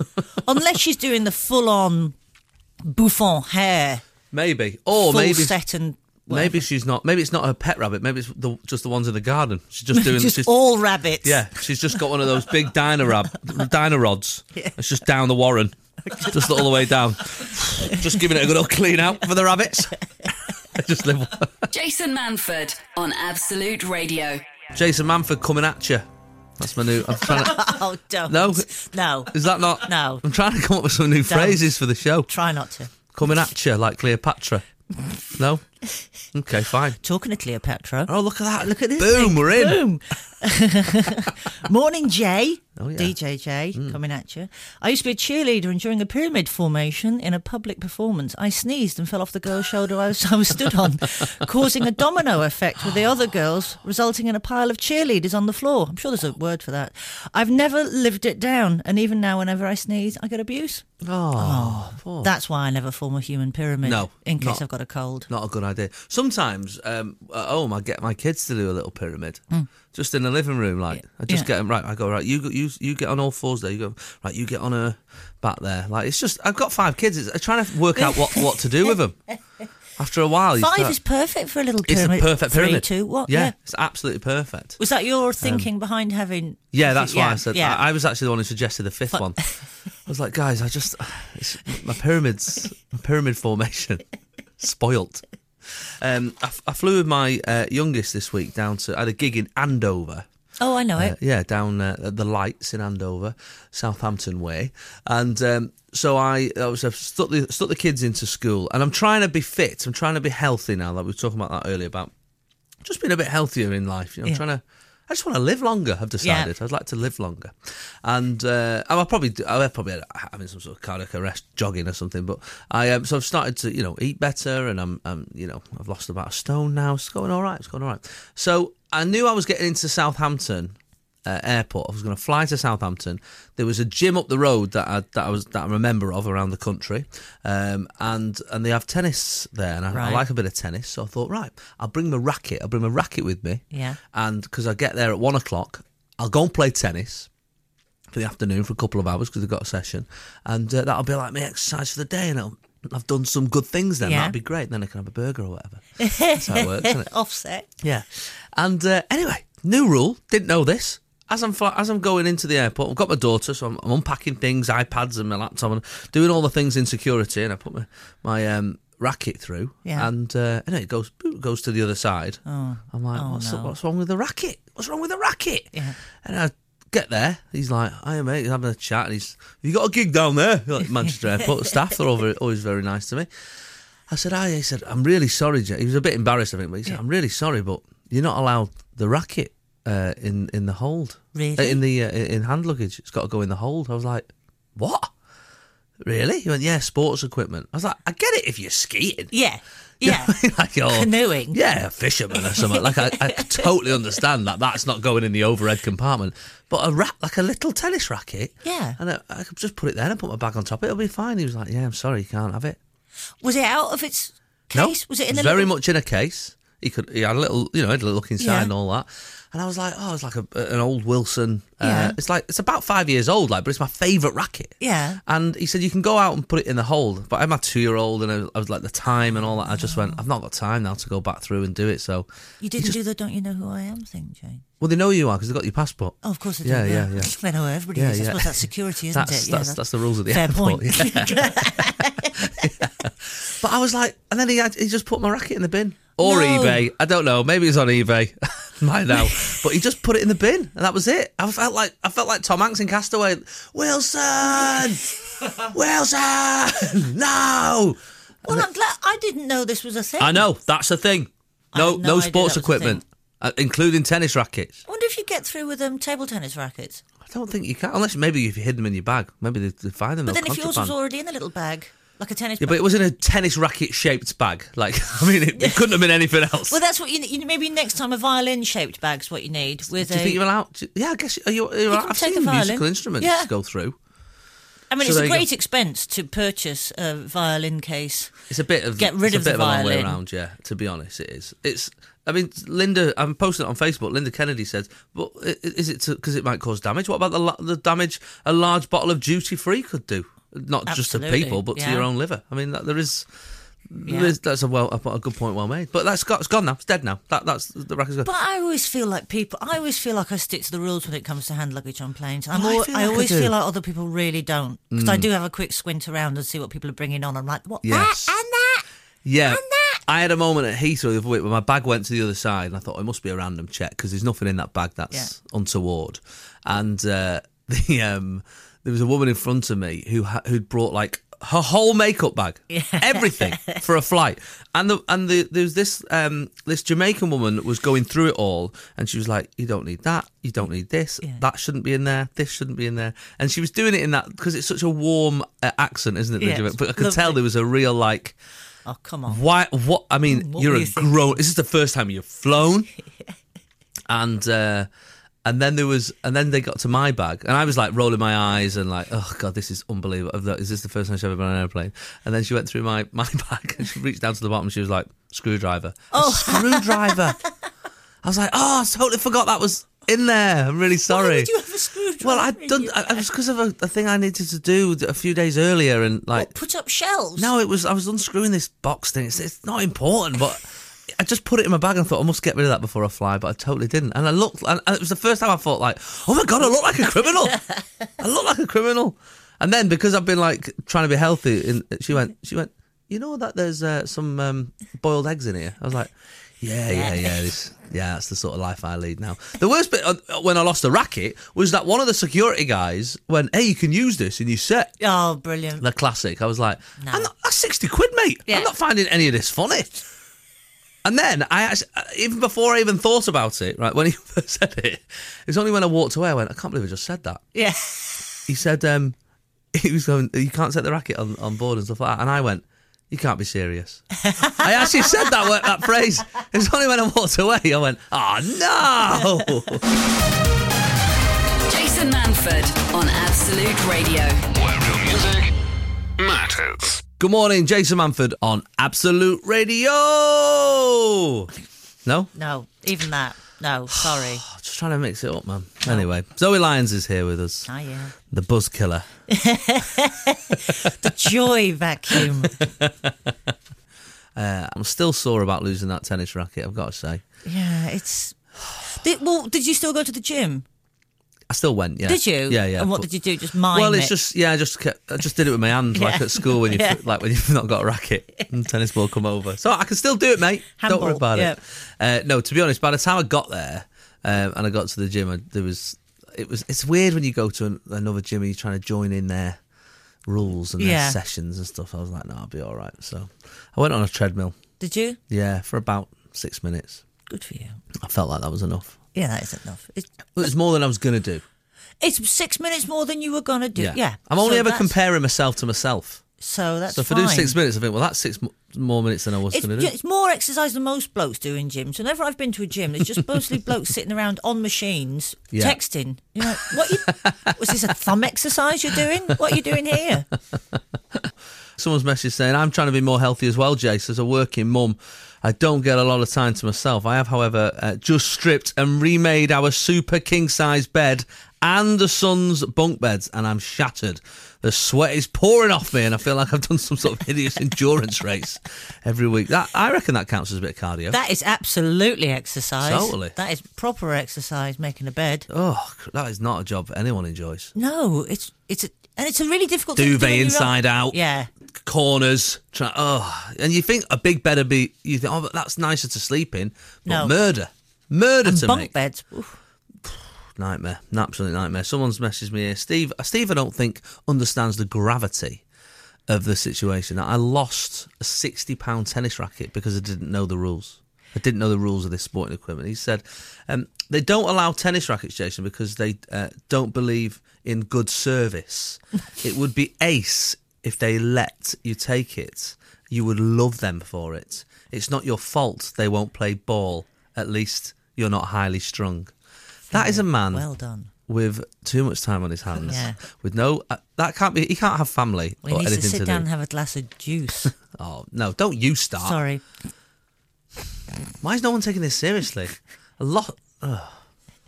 Speaker 4: [laughs] Unless she's doing the full-on bouffant hair,
Speaker 3: Maybe, or
Speaker 4: full
Speaker 3: maybe,
Speaker 4: set and whatever.
Speaker 3: maybe she's not. Maybe it's not her pet rabbit. Maybe it's the, just the ones in the garden. She's [laughs] just doing.
Speaker 4: [laughs] just
Speaker 3: she's,
Speaker 4: all rabbits.
Speaker 3: yeah, she's just got one of those big diner rab, diner rods. It's just down the Warren, just all the way down. just giving it a good old clean out for the rabbits. [laughs] just live.
Speaker 2: Jason Manford on Absolute Radio.
Speaker 3: Jason Manford coming at you. That's my new. I'm trying to,
Speaker 4: [laughs] Oh, don't.
Speaker 3: No.
Speaker 4: No.
Speaker 3: is that not?
Speaker 4: No.
Speaker 3: I'm trying to come up with some new phrases for the show.
Speaker 4: Try not to.
Speaker 3: coming at you like Cleopatra. No? Okay, fine.
Speaker 4: Talking to Cleopatra.
Speaker 3: Oh, look at that. Look at
Speaker 4: this
Speaker 3: Boom,
Speaker 4: thing.
Speaker 3: we're in.
Speaker 4: Boom. [laughs] Morning, Jay.
Speaker 3: Oh, yeah. Hmm.
Speaker 4: DJ Jay, coming at you. I used to be a cheerleader, and during a pyramid formation in a public performance, I sneezed and fell off the girl's shoulder I was, I was stood on,
Speaker 3: [laughs]
Speaker 4: causing a domino effect with the other girls, resulting in a pile of cheerleaders on the floor. I'm sure there's a word for that. I've never lived it down, and even now, whenever I sneeze, I get abuse.
Speaker 3: Oh, poor.
Speaker 4: That's why I never form a human pyramid.
Speaker 3: No,
Speaker 4: in case
Speaker 3: not-
Speaker 4: I've got a cold.
Speaker 3: Not a good idea. Sometimes um, at home, I get my kids to do a little pyramid, just in the living room. Like I just
Speaker 4: Hmm. Yeah.
Speaker 3: get 'em get them right. I go right. You go- you you get on all fours there. You go right. You get on her back there. Like it's just I've got five kids. It's, I'm trying to work out what what to do with
Speaker 4: [laughs]
Speaker 3: them. After a while, you
Speaker 4: Five
Speaker 3: start-
Speaker 4: is perfect for a little
Speaker 3: it's the
Speaker 4: pyramid.
Speaker 3: perfect pyramid.
Speaker 4: Three, two, what?
Speaker 3: Yeah,
Speaker 4: Yeah.
Speaker 3: it's absolutely perfect.
Speaker 4: Was that your thinking behind having?
Speaker 3: Um, Yeah, that's why I
Speaker 4: Yeah,
Speaker 3: said
Speaker 4: yeah.
Speaker 3: I, I was actually the one who suggested the fifth one. I was like, guys, I just it's, my pyramids, my pyramid formation, [laughs] spoilt. Um, I, f- I flew with my uh, youngest this week down to I had a gig in Andover.
Speaker 4: oh, I know
Speaker 3: Uh,
Speaker 4: it.
Speaker 3: yeah, down uh, at the lights in Andover, Southampton way, and um, so I, I was I've stuck the stuck the kids into school, and I'm trying to be fit. I'm trying to be healthy now. Like we were talking about that earlier about just being a bit healthier in life. You know, I'm
Speaker 4: Yeah.
Speaker 3: trying to I just want to live longer. I've decided I'd like to live longer, and uh, I'll probably do, I'll probably end up having some sort of cardiac arrest, jogging or something. But I um, so I've started to you know eat better, and I'm, i you know I've lost about a stone now. It's going all right. It's going all right. So I knew I was getting into Southampton uh, airport. I was going to fly to Southampton. There was a gym up the road that I, that I was that I'm a member of around the country, um, and and they have tennis there, and I, I
Speaker 4: Right.
Speaker 3: like a bit of tennis. So I thought, right, I'll bring my racket. I'll bring my racket with me.
Speaker 4: Yeah.
Speaker 3: And because I get there at one o'clock, I'll go and play tennis for the afternoon for a couple of hours because I've got a session, and uh, that'll be like my exercise for the day, and I'll, I've done some good things. Then
Speaker 4: Yeah.
Speaker 3: that'd be great. Then I can have a burger or whatever. That's how it works, isn't it?
Speaker 4: Offset.
Speaker 3: Yeah. And uh, anyway, new rule. Didn't know this. As I'm fly- as I'm going into the airport, I've got my daughter, so I'm, I'm unpacking things, iPads and my laptop, and doing all the things in security. And I put my my um, racket through,
Speaker 4: Yeah. Oh.
Speaker 3: and uh, anyway, it goes boop, goes to the other side. I'm like, what's
Speaker 4: no.
Speaker 3: what's wrong with the racket? What's wrong with the racket?
Speaker 4: Yeah.
Speaker 3: And I get there. He's like, "Hi, mate." He's having a chat. And he's, "You got a gig down there?" Like Manchester
Speaker 4: [laughs]
Speaker 3: Airport staff. They're all very- always very nice to me. I said, "Hi." He said, "I'm really sorry." Jack." He was a bit embarrassed, I think, but he said, "I'm really sorry, but you're not allowed the racket uh, in in the hold.
Speaker 4: Really?
Speaker 3: Uh, in the uh, in hand luggage. It's got to go in the hold." I was like, "What?" Really? He went, yeah, sports equipment. I was like, I get it if you're skiing. [laughs]
Speaker 4: Yeah. Yeah.
Speaker 3: like you're,
Speaker 4: Canoeing.
Speaker 3: Yeah, a fisherman or something. Like I,
Speaker 4: [laughs]
Speaker 3: I totally understand that. That's not going in the overhead compartment. But a rat, like a little tennis racket.
Speaker 4: Yeah.
Speaker 3: And I, I could just put it there and put my bag on top. It'll be fine. He was like, yeah, I'm sorry, you can't have it.
Speaker 4: Was it out of its
Speaker 3: [laughs] No,
Speaker 4: case? Was it in
Speaker 3: it's
Speaker 4: a
Speaker 3: very
Speaker 4: little...
Speaker 3: much in a case. He could. He had a little. You know, had a look inside
Speaker 4: Yeah.
Speaker 3: and all that. And I was like, oh, it's like a, an old Wilson. Uh,
Speaker 4: Yeah.
Speaker 3: It's like it's about five years old, like, but it's my favourite racket.
Speaker 4: Yeah.
Speaker 3: And he said you can go out and put it in the hold, but I'm a two year old, and I was, I was like the time and all that. I just went, I've not got time now to go back through and do it. So,
Speaker 4: You didn't do the don't you know who I am thing, Jane?
Speaker 3: well, they know who you are because they got your passport.
Speaker 4: Oh, of course I did.
Speaker 3: Yeah, yeah,
Speaker 4: [laughs]
Speaker 3: yeah.
Speaker 4: I know who everybody
Speaker 3: Yeah,
Speaker 4: is. I
Speaker 3: yeah.
Speaker 4: suppose that's security, isn't
Speaker 3: That's-
Speaker 4: it? Yeah,
Speaker 3: that's- that's the rules of the
Speaker 4: fair
Speaker 3: airport,
Speaker 4: point.
Speaker 3: But I was like, and then he had, he just put my racket in the bin or
Speaker 4: No.
Speaker 3: eBay. I don't know. Maybe it's on eBay. [laughs] Might now, but he just put it in the bin, and that was it. I felt like I felt like Tom Hanks in Castaway. [laughs] Wilson, Wilson, [laughs] no.
Speaker 4: [laughs] well,
Speaker 3: [laughs]
Speaker 4: I'm glad I didn't know this was a thing.
Speaker 3: I know that's a thing. No,
Speaker 4: had no
Speaker 3: no,
Speaker 4: idea
Speaker 3: sports
Speaker 4: that was a
Speaker 3: equipment, uh, including tennis rackets.
Speaker 4: I wonder if you get through with um, table tennis rackets.
Speaker 3: I don't think you can, unless maybe if you hid them in your bag. Maybe they, they find them.
Speaker 4: But
Speaker 3: they'll
Speaker 4: then if yours was
Speaker 3: contraband.
Speaker 4: already in a little bag, like a tennis
Speaker 3: Yeah,
Speaker 4: bag.
Speaker 3: but it was in a tennis racket shaped bag. Like, [laughs] I mean, it,
Speaker 4: [laughs]
Speaker 3: it couldn't have been anything else.
Speaker 4: Well, that's what you, ne- you maybe next time a violin shaped bag's what you need with
Speaker 3: Do you
Speaker 4: a.
Speaker 3: think you're allowed? to- yeah, I guess you- are you. Are you allowed-
Speaker 4: can
Speaker 3: I've
Speaker 4: take
Speaker 3: seen
Speaker 4: a
Speaker 3: musical
Speaker 4: violin.
Speaker 3: instruments
Speaker 4: Yeah.
Speaker 3: go through.
Speaker 4: I mean,
Speaker 3: so
Speaker 4: it's
Speaker 3: there
Speaker 4: a
Speaker 3: you go.
Speaker 4: great expense to purchase a violin case.
Speaker 3: It's a bit of
Speaker 4: Get
Speaker 3: it's
Speaker 4: rid
Speaker 3: a
Speaker 4: of
Speaker 3: bit
Speaker 4: the
Speaker 3: of a long way
Speaker 4: violin.
Speaker 3: around. Yeah, to be honest, it is. It's. I mean, Linda. I'm posting it on Facebook. Linda Kennedy says, "But i- i- is it because it might cause damage? What about the la- the damage a large bottle of duty free could do? Not just to
Speaker 4: Absolutely,
Speaker 3: people, but to
Speaker 4: yeah.
Speaker 3: your own liver. I mean, that, there is."
Speaker 4: Yeah.
Speaker 3: there is- That's a well, a, a good point, well made. But that's got, it's gone now. It's dead now. That that's the racket's gone.
Speaker 4: But I always feel like people. I always feel like I stick to the rules when it comes to hand luggage on planes. I'm
Speaker 3: Well, I
Speaker 4: al-
Speaker 3: feel
Speaker 4: I,
Speaker 3: like I
Speaker 4: always
Speaker 3: do. Mm.
Speaker 4: feel like other people really don't because I do have a quick squint around and see what people are bringing on. I'm like, what
Speaker 3: Yes.
Speaker 4: that and that.
Speaker 3: Yeah.
Speaker 4: that.
Speaker 3: I had a moment at Heathrow the other week where my bag went to the other side, and I thought it must be a random check because there's nothing in that bag that's untoward. And uh, [laughs] the um, there was a woman in front of me who ha- who'd brought like her whole makeup bag,
Speaker 4: [laughs]
Speaker 3: everything for a flight. And the and the there was this um, this Jamaican woman was going through it all, and she was like, "You don't need that. You don't need this. That shouldn't be in there. This shouldn't be in there." And she was doing it in that because it's such a warm uh, accent, isn't it? the
Speaker 4: Yeah,
Speaker 3: Jamaican- But I could
Speaker 4: lovely.
Speaker 3: tell there was a real like.
Speaker 4: Oh come on.
Speaker 3: Why? What? I mean,
Speaker 4: What
Speaker 3: you're
Speaker 4: were
Speaker 3: a
Speaker 4: you thinking?
Speaker 3: grown. This is the first time you've
Speaker 4: [laughs]
Speaker 3: flown, and uh, and then there was, and then they got to my bag, and I was like rolling my eyes and like, oh god, this is unbelievable. Is this the first time she's ever been on an airplane? And then she went through my [laughs] my bag and she reached down to the bottom. and She was like, screwdriver. Oh, screwdriver. I was like, oh, I totally forgot that was in there. I'm really sorry.
Speaker 4: Why would you have a screwdriver?
Speaker 3: well, I'd
Speaker 4: in
Speaker 3: done.
Speaker 4: your-
Speaker 3: I, I was because of a, a thing I needed to do a few days earlier, and like
Speaker 4: put up shelves.
Speaker 3: no, it was I was unscrewing this box thing. It's, it's not important, but I just put it in my bag and thought I must get rid of that before I fly, but I totally didn't. And I looked, and, and it was the first time I thought like, oh my god, I look like a criminal. I look like a criminal. And then because I've been like trying to be healthy, and she went, she went, you know that there's uh, some um, boiled eggs in here. I was like, yeah, yeah, yeah, this, yeah. That's the sort of life I lead now. The worst bit uh, when I lost the racket was that one of the security guys went, hey, you can use this in your set
Speaker 4: Oh, brilliant.
Speaker 3: the classic. I was like,
Speaker 4: No.
Speaker 3: I'm not, that's 60 quid, mate.
Speaker 4: Yeah.
Speaker 3: I'm not finding any of this funny. And then I actually, uh, even before I even thought about it, right, when he [laughs] first said it, it was only when I walked away I went, I can't believe I just said that.
Speaker 4: Yeah. [laughs]
Speaker 3: He said, um, [laughs] he was going, you can't set the racket on, on board and stuff like that. And I went, you can't be
Speaker 4: [laughs]
Speaker 3: serious. I actually said that word, that phrase. It was only when I walked away I went, oh
Speaker 4: [laughs]
Speaker 3: no.
Speaker 2: Jason Manford on Absolute Radio.
Speaker 1: Where real music matters.
Speaker 3: Good morning, Jason Manford on Absolute Radio. No?
Speaker 4: No, even that. No, sorry.
Speaker 3: [sighs] Oh, just trying to mix it up, man.
Speaker 4: Oh.
Speaker 3: Anyway, Zoe Lyons is here with us,
Speaker 4: Ah, yeah.
Speaker 3: the buzz killer.
Speaker 4: The
Speaker 3: [laughs]
Speaker 4: joy vacuum.
Speaker 3: Uh, I'm still sore about losing that tennis racket, I've got to say.
Speaker 4: Yeah, it's. Did, well, did you still go to the gym?
Speaker 3: I still went, yeah.
Speaker 4: Did you?
Speaker 3: Yeah, yeah.
Speaker 4: And what did you do? Just mime
Speaker 3: Well, it's
Speaker 4: it?
Speaker 3: just yeah, I just kept, I just did it with my hand,
Speaker 4: [laughs]
Speaker 3: like
Speaker 4: Yeah.
Speaker 3: at school when you
Speaker 4: Yeah.
Speaker 3: like when you've not got a racket
Speaker 4: [laughs]
Speaker 3: and tennis ball come over. So I can still do it, mate. Don't worry
Speaker 4: Handball,
Speaker 3: about it. Uh, no, to be honest, by the time I got there um, and I got to the gym, I, there was it was it's weird when you go to an, another gym and you're trying to join in their rules and their
Speaker 4: Yeah.
Speaker 3: sessions and stuff. I was like, no, I'll be all right. So I went on a treadmill,
Speaker 4: Did you?
Speaker 3: yeah, for about six minutes.
Speaker 4: Good for you.
Speaker 3: I felt like that was enough.
Speaker 4: Yeah, that is enough. It's,
Speaker 3: It was more than I was gonna do.
Speaker 4: it's six minutes more than you were going to do. Yeah.
Speaker 3: I'm only
Speaker 4: So
Speaker 3: ever
Speaker 4: that's-
Speaker 3: comparing myself to myself.
Speaker 4: So that's
Speaker 3: So if
Speaker 4: fine.
Speaker 3: I do six minutes, I think, well, that's six mo- more minutes than I was
Speaker 4: It's,
Speaker 3: going to do.
Speaker 4: yeah, it's more exercise than most blokes do in gyms. Whenever I've been to a gym, there's
Speaker 3: [laughs]
Speaker 4: just mostly blokes sitting around on machines
Speaker 3: Yeah.
Speaker 4: texting. You're like, what? You, was this a thumb exercise you're doing? What are you doing here?
Speaker 3: Someone's message saying, I'm trying to be more healthy as well, Jace. As a working mum, I don't get a lot of time to myself. I have, however, uh, just stripped and remade our super king size bed and the son's bunk beds, and I'm shattered. The sweat is pouring off me, and I feel like I've done some sort of hideous [laughs] endurance race every week. That I reckon that counts as a bit of cardio.
Speaker 4: That is absolutely exercise.
Speaker 3: Totally.
Speaker 4: That is proper exercise, making a bed.
Speaker 3: oh, that is not a job anyone enjoys.
Speaker 4: No, it's it's a, and it's a really difficult thing to do when
Speaker 3: Duvet
Speaker 4: you're
Speaker 3: inside
Speaker 4: on-
Speaker 3: out.
Speaker 4: Yeah,
Speaker 3: corners. Try, oh, and you think a big bed would be. You think, oh, but that's nicer to sleep in. But
Speaker 4: No.
Speaker 3: murder, murder to
Speaker 4: bunk
Speaker 3: make
Speaker 4: beds. Oof.
Speaker 3: nightmare, an absolute nightmare. Someone's messaged me here, Steve. Steve, I don't think understands the gravity of the situation. I lost a sixty pound tennis racket because I didn't know the rules. I didn't know the rules of this sporting equipment. He said um, they don't allow tennis rackets, Jason, because they uh, don't believe in good
Speaker 4: [laughs]
Speaker 3: service. it would be ace if they let you take it. You would love them for it. It's not your fault they won't play ball. At least you're not highly strung. That is a man
Speaker 4: Well done.
Speaker 3: with too much time on his hands.
Speaker 4: Yeah.
Speaker 3: With no, uh, that can't be. He can't have family
Speaker 4: He
Speaker 3: or
Speaker 4: needs
Speaker 3: anything
Speaker 4: to
Speaker 3: to,
Speaker 4: sit
Speaker 3: do.
Speaker 4: down and have a glass of
Speaker 3: [laughs]
Speaker 4: juice.
Speaker 3: oh no! Don't you start.
Speaker 4: Sorry.
Speaker 3: Why is no one taking this seriously? A lot. Ugh,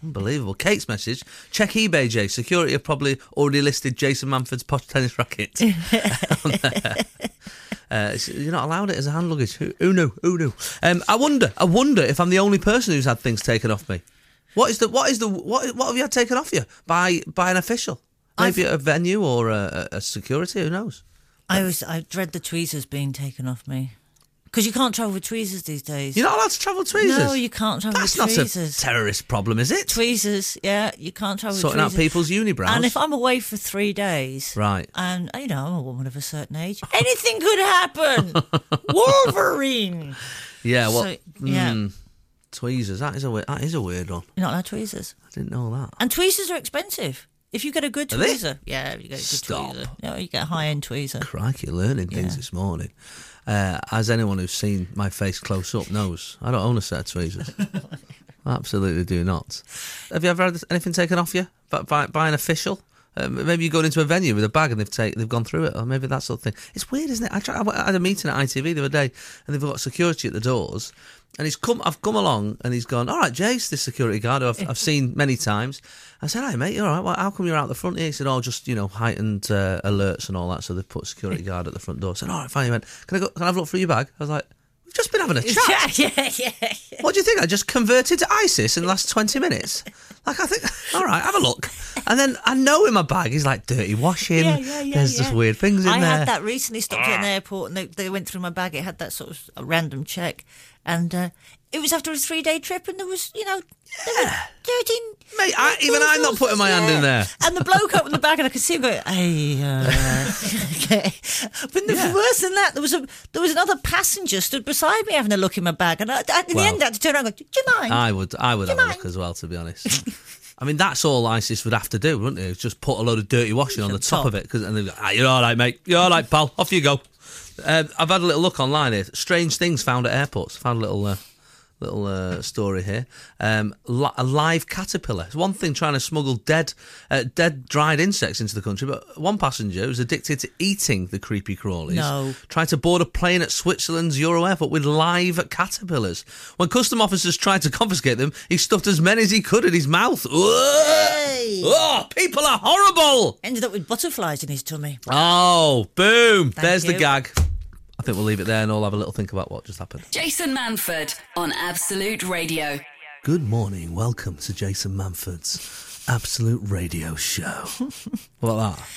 Speaker 3: unbelievable. Kate's message. Check eBay, Jay. Security have probably already listed Jason Manford's posh tennis racket.
Speaker 4: [laughs]
Speaker 3: on there. [laughs] Uh, it's- you're not allowed it as a hand luggage. Who, who knew? Who knew? Um, I wonder. I wonder if I'm the only person who's had things taken off me. What is the? What is the? What? What have you had taken off you by by an official? Maybe at a venue or a, a a security. Who knows?
Speaker 4: I always I dread the tweezers being taken off me because you can't travel with tweezers these days.
Speaker 3: You're not allowed to travel tweezers.
Speaker 4: No, you can't travel
Speaker 3: That's
Speaker 4: with
Speaker 3: not
Speaker 4: Oh, tweezers.
Speaker 3: a terrorist problem, is it?
Speaker 4: tweezers, yeah, you can't travel
Speaker 3: Sorting
Speaker 4: with
Speaker 3: out
Speaker 4: tweezers.
Speaker 3: people's unibrows.
Speaker 4: And if I'm away for three days,
Speaker 3: Right.
Speaker 4: And you know I'm a woman of a certain age.
Speaker 3: [laughs]
Speaker 4: Anything could happen. Wolverine.
Speaker 3: Yeah, Uh, well,
Speaker 4: So, yeah,
Speaker 3: mm, tweezers. That is a weird, that is a weird one.
Speaker 4: you're not allowed tweezers.
Speaker 3: I didn't know that.
Speaker 4: And tweezers are expensive. If you get a good
Speaker 3: Are they?
Speaker 4: tweezer, yeah, you get a good
Speaker 3: Stop.
Speaker 4: tweezer. No, you get a high end tweezer.
Speaker 3: Crikey, learning things this morning. Uh, as anyone who's seen my face close up knows, I don't own a set of tweezers. Absolutely do not. Have you ever had anything taken off you by, by, by an official? Um, maybe you're going into a venue with a bag and they've take, they've gone through it, or maybe that sort of thing. It's weird, isn't it? I, tried, I went- I had a meeting at ITV the other day, and they've got security at the doors, and he's come. I've come along, and he's gone. All right, Jace, this security guard who I've, I've seen many times. I said, "Hey, mate, you all right? Well, how come you're out the front here?" He said, "Oh, just you know, heightened uh, alerts and all that." So they've put security guard at the front door. I said, "All right, fine." He went, "Can I go? Can I have a look through your bag?" I was like, "We've just been having a chat."
Speaker 4: [laughs] yeah, yeah.
Speaker 3: What do you think? I just converted to ISIS in the last 20 minutes. Like, I think, all right, have a look. And then I know in my bag, he's like dirty washing.
Speaker 4: Yeah, yeah, yeah,
Speaker 3: There's just
Speaker 4: yeah.
Speaker 3: weird things in
Speaker 4: I
Speaker 3: there.
Speaker 4: had that recently stopped at an airport and they, they went through my bag. It had that sort of a random check. And uh, it was after a three day trip and there was, you know, there were 13.
Speaker 3: Mate, I- even
Speaker 4: noodles.
Speaker 3: I'm not putting my hand in there.
Speaker 4: And the bloke opened the bag and I could see him going, hey, uh, [laughs] okay. But the
Speaker 3: Yeah.
Speaker 4: worse than that, there was a there was another passenger stood beside me having a look in my bag, and I, I, in
Speaker 3: Wow.
Speaker 4: the end, I had to turn around and go, "Do you mind?"
Speaker 3: I would, I would
Speaker 4: Do
Speaker 3: have
Speaker 4: you
Speaker 3: a
Speaker 4: mind?
Speaker 3: look as well, to be honest. I mean, that's all ISIS would have to do, wouldn't it? Just put a load of dirty washing on the top of it, cause, and they'd be like, ah, "You're all right, mate. You're all right, pal. Off you go." Um, I've had a little look online here. Strange things found at airports. Found a little, uh, little uh, story here. Um, li- a live caterpillar. It's one thing trying to smuggle dead, uh, dead dried insects into the country, but one passenger was addicted to eating the creepy crawlies.
Speaker 4: No.
Speaker 3: Tried to board a plane at Switzerland's Euro airport with live caterpillars. When custom officers tried to confiscate them, he stuffed as many as he could in his mouth.
Speaker 4: Hey.
Speaker 3: Oh, people are horrible.
Speaker 4: Ended up with butterflies in his tummy.
Speaker 3: Oh, boom. There's the
Speaker 4: you.
Speaker 3: gag. I think we'll leave it there and all have a little think about what just happened.
Speaker 2: Jason Manford on Absolute Radio.
Speaker 3: Good morning. Welcome to Jason Manford's Absolute Radio
Speaker 4: [laughs]
Speaker 3: Show. what about that?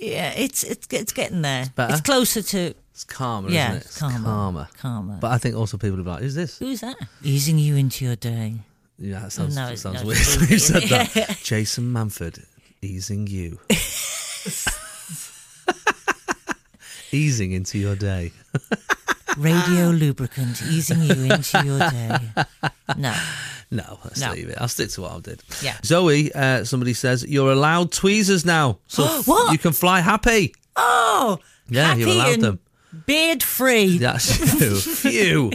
Speaker 4: Yeah, it's it's it's getting there. It's,
Speaker 3: better?
Speaker 4: closer to
Speaker 3: It's calmer,
Speaker 4: Yeah,
Speaker 3: isn't it?
Speaker 4: it's calmer.
Speaker 3: calmer.
Speaker 4: Calmer.
Speaker 3: But I think also people would be like, who's this?
Speaker 4: who's that? Easing you into your day.
Speaker 3: Yeah, that sounds,
Speaker 4: No,
Speaker 3: that
Speaker 4: it's-
Speaker 3: sounds
Speaker 4: no,
Speaker 3: weird. [laughs]
Speaker 4: it's
Speaker 3: you said
Speaker 4: creepy. [laughs]
Speaker 3: that. Jason Manford, easing you. easing into your day.
Speaker 4: Radio lubricant, easing you into your day. No,
Speaker 3: No, let's
Speaker 4: No.
Speaker 3: leave it. I'll stick to what I did.
Speaker 4: Yeah.
Speaker 3: Zoe, uh, somebody says, you're allowed tweezers now. So
Speaker 4: [gasps] What?
Speaker 3: you can fly happy.
Speaker 4: oh,
Speaker 3: Yeah,
Speaker 4: happy
Speaker 3: you allowed
Speaker 4: and
Speaker 3: them.
Speaker 4: Beard free.
Speaker 3: That's
Speaker 4: [laughs]
Speaker 3: true. Phew.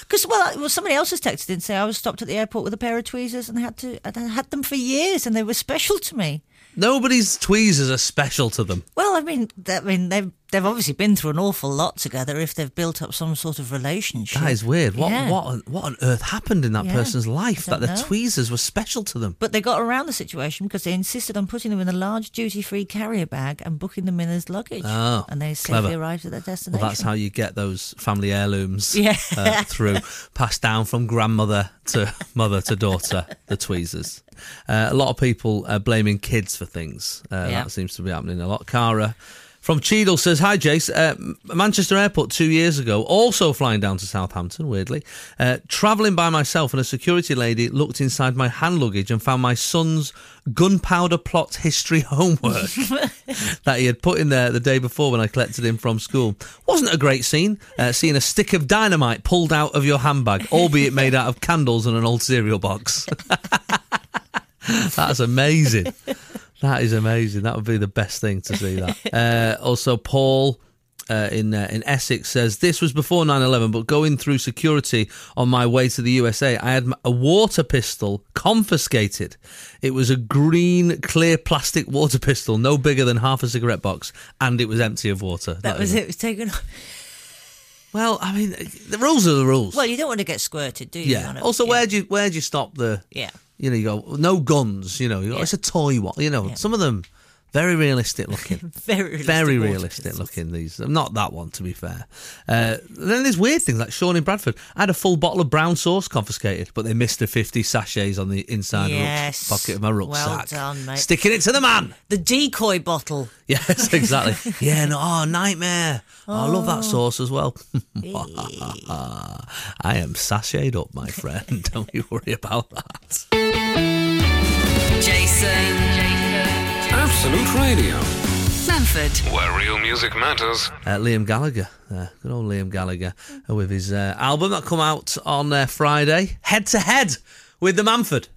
Speaker 4: Because well, I- well, somebody else has texted and say I was stopped at the airport with a pair of tweezers and had to. and I had them for years and they were special to me.
Speaker 3: Nobody's tweezers are special to them.
Speaker 4: Well, I mean, th- I mean, they've they've obviously been through an awful lot together. If they've built up some sort of relationship,
Speaker 3: That is weird. What
Speaker 4: Yeah.
Speaker 3: what on, what on earth happened in that
Speaker 4: Yeah,
Speaker 3: person's
Speaker 4: I
Speaker 3: life that
Speaker 4: don't
Speaker 3: the
Speaker 4: know.
Speaker 3: tweezers were special to them?
Speaker 4: But they got around the situation because they insisted on putting them in a large duty-free carrier bag and booking them in as luggage.
Speaker 3: Oh,
Speaker 4: and they safely
Speaker 3: clever.
Speaker 4: arrived at their destination.
Speaker 3: Well, that's how you get those family heirlooms
Speaker 4: Yeah.
Speaker 3: uh,
Speaker 4: [laughs]
Speaker 3: through, passed down from grandmother to mother to daughter, the tweezers. Uh, a lot of people are blaming kids for things. Uh,
Speaker 4: Yeah.
Speaker 3: That seems to be happening a lot. Cara from Cheadle says, Hi, Jace. Uh, M- Manchester Airport two years ago, also flying down to Southampton, weirdly, uh, travelling by myself, and a security lady looked inside my hand luggage and found my son's gunpowder plot history [laughs] homework that he had put in there the day before when I collected him from school. Wasn't a great scene, uh, seeing a stick of dynamite pulled out of your handbag, albeit made out of candles and an old cereal box. That's amazing. [laughs] That is amazing. That would be the best thing to see
Speaker 4: [laughs]
Speaker 3: that. Uh, also, Paul. Uh, in uh, in Essex says this was before 9/11 but going through security on my way to the USA I had m- a water pistol confiscated it was a green clear plastic water pistol no bigger than half a cigarette box and it was empty of water
Speaker 4: that was it. It was taken. off.
Speaker 3: well I mean the rules are the rules
Speaker 4: Well, you don't want to get squirted, do you?
Speaker 3: yeah
Speaker 4: on a-
Speaker 3: also where
Speaker 4: yeah.
Speaker 3: do you where do you stop the
Speaker 4: Yeah.
Speaker 3: you know, you go no guns. You know, you go,
Speaker 4: Yeah.
Speaker 3: it's a toy one. You know, some of them very realistic looking,
Speaker 4: [laughs] Very realistic
Speaker 3: very
Speaker 4: water
Speaker 3: realistic
Speaker 4: pistols.
Speaker 3: looking. These, uh, not that one to be fair. Uh, then there's weird things like Sean in Bradford. I had a full bottle of brown sauce confiscated, but they missed the fifty sachets on the inside
Speaker 4: Yes.
Speaker 3: of the rucks- pocket of my
Speaker 4: Well
Speaker 3: rucksack.
Speaker 4: done, mate.
Speaker 3: Sticking it to the
Speaker 4: [laughs]
Speaker 3: man.
Speaker 4: The decoy bottle.
Speaker 3: Yes, exactly. yeah, no, oh, nightmare. Oh, I love that sauce as well. [laughs] I am sachet up, my friend. [laughs] Don't you worry about that.
Speaker 2: Jason. Jason.
Speaker 1: Absolute Radio,
Speaker 2: Manford.
Speaker 1: where real music matters.
Speaker 3: uh, Liam Gallagher, uh, good old Liam Gallagher, uh, with his uh, album that come out on uh, Friday, head to head with the Manford.